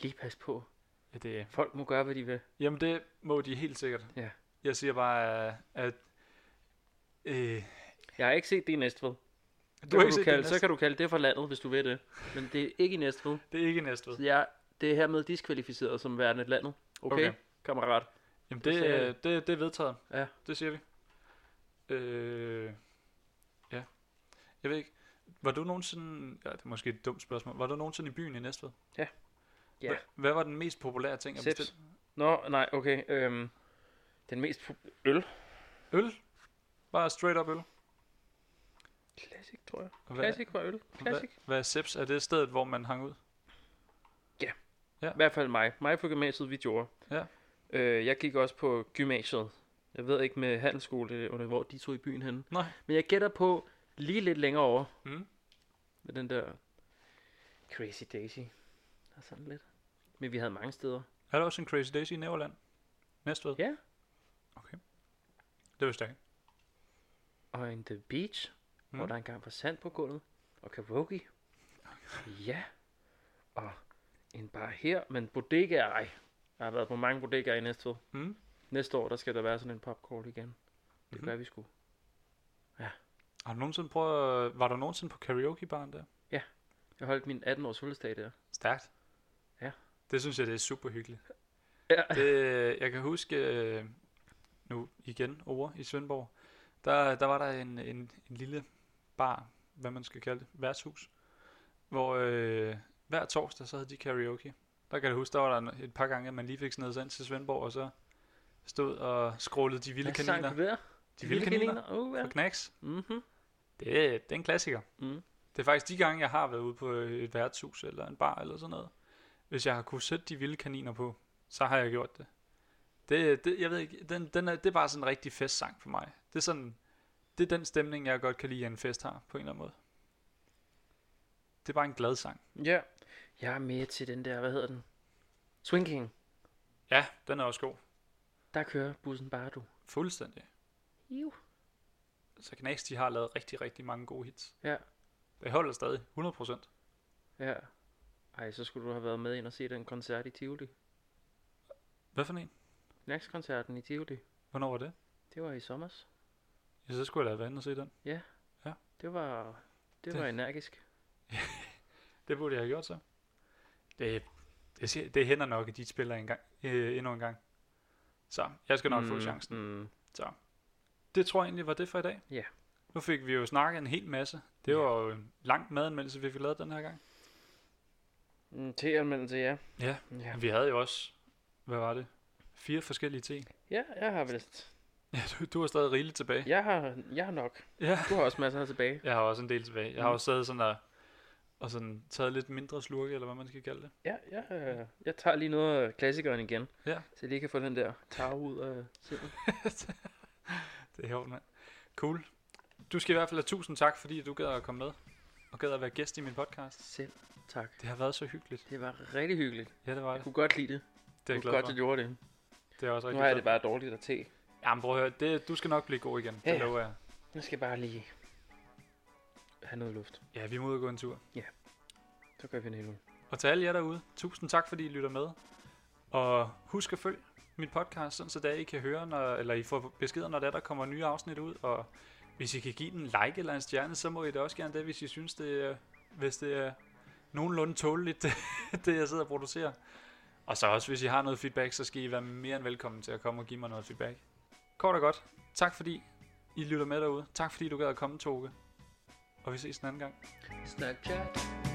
Speaker 2: lige passe på.
Speaker 1: Ja, det,
Speaker 2: Folk må gøre, hvad de vil.
Speaker 1: jamen, det må de helt sikkert.
Speaker 2: Ja.
Speaker 1: Jeg siger bare, at... Øh,
Speaker 2: Jeg har ikke set det i Næstved.
Speaker 1: du har
Speaker 2: kan
Speaker 1: ikke
Speaker 2: du
Speaker 1: set
Speaker 2: kalde,
Speaker 1: det,
Speaker 2: så
Speaker 1: Næstved.
Speaker 2: kan du kalde det for landet, hvis du vil det. Men det er ikke i Næstved.
Speaker 1: det er ikke næste
Speaker 2: Så jeg, det er hermed diskvalificeret som værende et landet. Okay,
Speaker 1: Okay.
Speaker 2: okay. kammerat.
Speaker 1: Jamen,
Speaker 2: Det
Speaker 1: det,
Speaker 2: siger
Speaker 1: øh,
Speaker 2: jeg.
Speaker 1: det, det er vedtaget.
Speaker 2: Ja.
Speaker 1: Det siger vi. Øh, ja. Jeg ved ikke. Var du nogensinde... Ja, det er måske et dumt spørgsmål. Var du nogensinde i byen i Næstved?
Speaker 2: Ja. Ja.
Speaker 1: Hva- Hvad var den mest populære ting at
Speaker 2: Sips.
Speaker 1: bestille?
Speaker 2: Nå, nej, okay. Øhm, den mest fu- øl.
Speaker 1: Øl? Bare straight up øl?
Speaker 2: Classic, tror jeg.
Speaker 1: Og Hvad,
Speaker 2: Classic var øl.
Speaker 1: hvad,
Speaker 2: Classic.
Speaker 1: hvad er Sips? Er det stedet, hvor man hang ud?
Speaker 2: I hvert fald mig. Mig på gymnasiet, vi gjorde.
Speaker 1: Ja.
Speaker 2: Øh, jeg gik også på gymnasiet. Jeg ved ikke med handelsskole, under hvor de tog i byen henne.
Speaker 1: Nej.
Speaker 2: Mm. Men jeg gætter på lige lidt længere over.
Speaker 1: Mm.
Speaker 2: Med den der Crazy Daisy. Og sådan lidt. Men vi havde mange steder.
Speaker 1: Er der også en Crazy Daisy i Næverland? Næstved?
Speaker 2: Ja.
Speaker 1: Okay. Det vidste jeg ikke.
Speaker 2: Og en The Beach, mm. hvor
Speaker 1: Mm.
Speaker 2: der engang var sand på gulvet. Og karaoke. Ja. Og en bar her, men bodegaer, ej. Jeg har været på mange bodegaer i Næstved.
Speaker 1: Mm.
Speaker 2: Næste år, der skal der være sådan en popkort igen. Det
Speaker 1: Mhm.
Speaker 2: gør vi sgu.
Speaker 1: Har du nogensinde prøvet, var du nogensinde på karaokebaren der?
Speaker 2: Jeg holdt min 18-års fødselsdag der.
Speaker 1: Stærkt.
Speaker 2: Ja.
Speaker 1: Det synes jeg, det er super hyggeligt.
Speaker 2: Ja.
Speaker 1: Det, jeg kan huske, øh, nu igen over i Svendborg, der, der var der en, en, en lille bar, hvad man skal kalde det, værtshus, hvor øh, hver torsdag, så havde de karaoke. Der kan jeg huske, der var der en- et par gange, at man lige fik snedet sig ind til Svendborg, og så stod og skrålede de vilde
Speaker 2: Hvad sang
Speaker 1: kaniner.
Speaker 2: du der?
Speaker 1: De vilde kaniner
Speaker 2: Oh, ja.
Speaker 1: på knacks.
Speaker 2: Mm-hmm.
Speaker 1: Det, er- det er en klassiker.
Speaker 2: Mm.
Speaker 1: Det er faktisk de gange, jeg har været ude på et værtshus eller en bar eller sådan noget. Hvis jeg har kunne sætte de vilde kaniner på, så har jeg gjort det. Det, det jeg ved ikke, den, den er, det er bare sådan en rigtig festsang for mig. Det er sådan, det er den stemning, jeg godt kan lide, at en fest har på en eller anden måde. Det er bare en glad sang.
Speaker 2: Ja. Jeg er med til den der, hvad hedder den? Swing King.
Speaker 1: Ja, den er også god.
Speaker 2: Der kører bussen bare du.
Speaker 1: Fuldstændig.
Speaker 2: Jo.
Speaker 1: Så Knacks, de har lavet rigtig, rigtig mange gode hits.
Speaker 2: Ja.
Speaker 1: Det holder stadig, 100%.
Speaker 2: Ja. Ej, så skulle du have været med ind og se den koncert i Tivoli.
Speaker 1: Hvad for en?
Speaker 2: Knacks-koncerten i Tivoli.
Speaker 1: Hvornår var det?
Speaker 2: Det var i sommers.
Speaker 1: Ja, så skulle jeg da have været inde og se den.
Speaker 2: Det var, det,
Speaker 1: Det-
Speaker 2: var energisk.
Speaker 1: Det burde jeg have gjort så. Det, det, siger- det hænder nok, at de spiller en gang, øh, endnu en gang. Så jeg skal nok mm. få chancen.
Speaker 2: Mm.
Speaker 1: Det tror jeg egentlig var det for i dag.
Speaker 2: Ja.
Speaker 1: Nu fik vi jo snakket en hel masse. Det
Speaker 2: Ja.
Speaker 1: var jo en lang madanmeldelse, vi fik lavet den her gang.
Speaker 2: Mm, Teanmeldelse, ja.
Speaker 1: Ja.
Speaker 2: ja.
Speaker 1: Ja. Vi havde jo også, hvad var det? Fire forskellige te.
Speaker 2: Ja, jeg har vist.
Speaker 1: Ja, du, du har stadig rigeligt tilbage.
Speaker 2: Jeg har, jeg har nok.
Speaker 1: Ja.
Speaker 2: Du har også masser tilbage.
Speaker 1: Jeg har også en del tilbage. Jeg har
Speaker 2: Mm.
Speaker 1: også stadig sådan der, og sådan taget lidt mindre slurke, eller hvad man skal kalde det.
Speaker 2: Ja, jeg, øh, jeg tager lige noget af klassikeren igen.
Speaker 1: Ja.
Speaker 2: Så jeg lige kan få den der tar ud af sindet.
Speaker 1: Det er hårdt, mand. Cool. Du skal i hvert fald have tusind tak, fordi du gad at komme med. Og gad at være gæst i min podcast.
Speaker 2: Selv tak.
Speaker 1: Det har været så hyggeligt.
Speaker 2: Det var rigtig hyggeligt.
Speaker 1: Ja, det var
Speaker 2: Jeg
Speaker 1: det.
Speaker 2: kunne godt lide det.
Speaker 1: Det er jeg
Speaker 2: kunne
Speaker 1: glad
Speaker 2: godt,
Speaker 1: for.
Speaker 2: at du gjorde det.
Speaker 1: Det er også
Speaker 2: Nu
Speaker 1: rigtig
Speaker 2: har jeg
Speaker 1: glad
Speaker 2: det
Speaker 1: for.
Speaker 2: bare dårligt at te.
Speaker 1: Jamen prøv at høre, det, du skal nok blive god igen.
Speaker 2: Ja,
Speaker 1: Det
Speaker 2: ja.
Speaker 1: lover jeg.
Speaker 2: Nu skal jeg bare lige have noget luft.
Speaker 1: Ja, vi må ud og gå en tur.
Speaker 2: Så gør vi en hel
Speaker 1: Og til alle jer derude, tusind tak, fordi I lytter med. Og husk at følge min podcast, sådan så der I kan høre, når, eller I får beskeder, når der, der kommer nye afsnit ud. Og hvis I kan give den en like eller en stjerne, så må I da også gerne det, hvis I synes, det er, hvis det er nogenlunde tåleligt, det, det jeg sidder og producerer. Og så også, hvis I har noget feedback, så skal I være mere end velkommen til at komme og give mig noget feedback. Kort og godt. Tak fordi I lytter med derude. Tak fordi du gad at komme, Toge. Og vi ses en anden gang.
Speaker 2: Snapchat.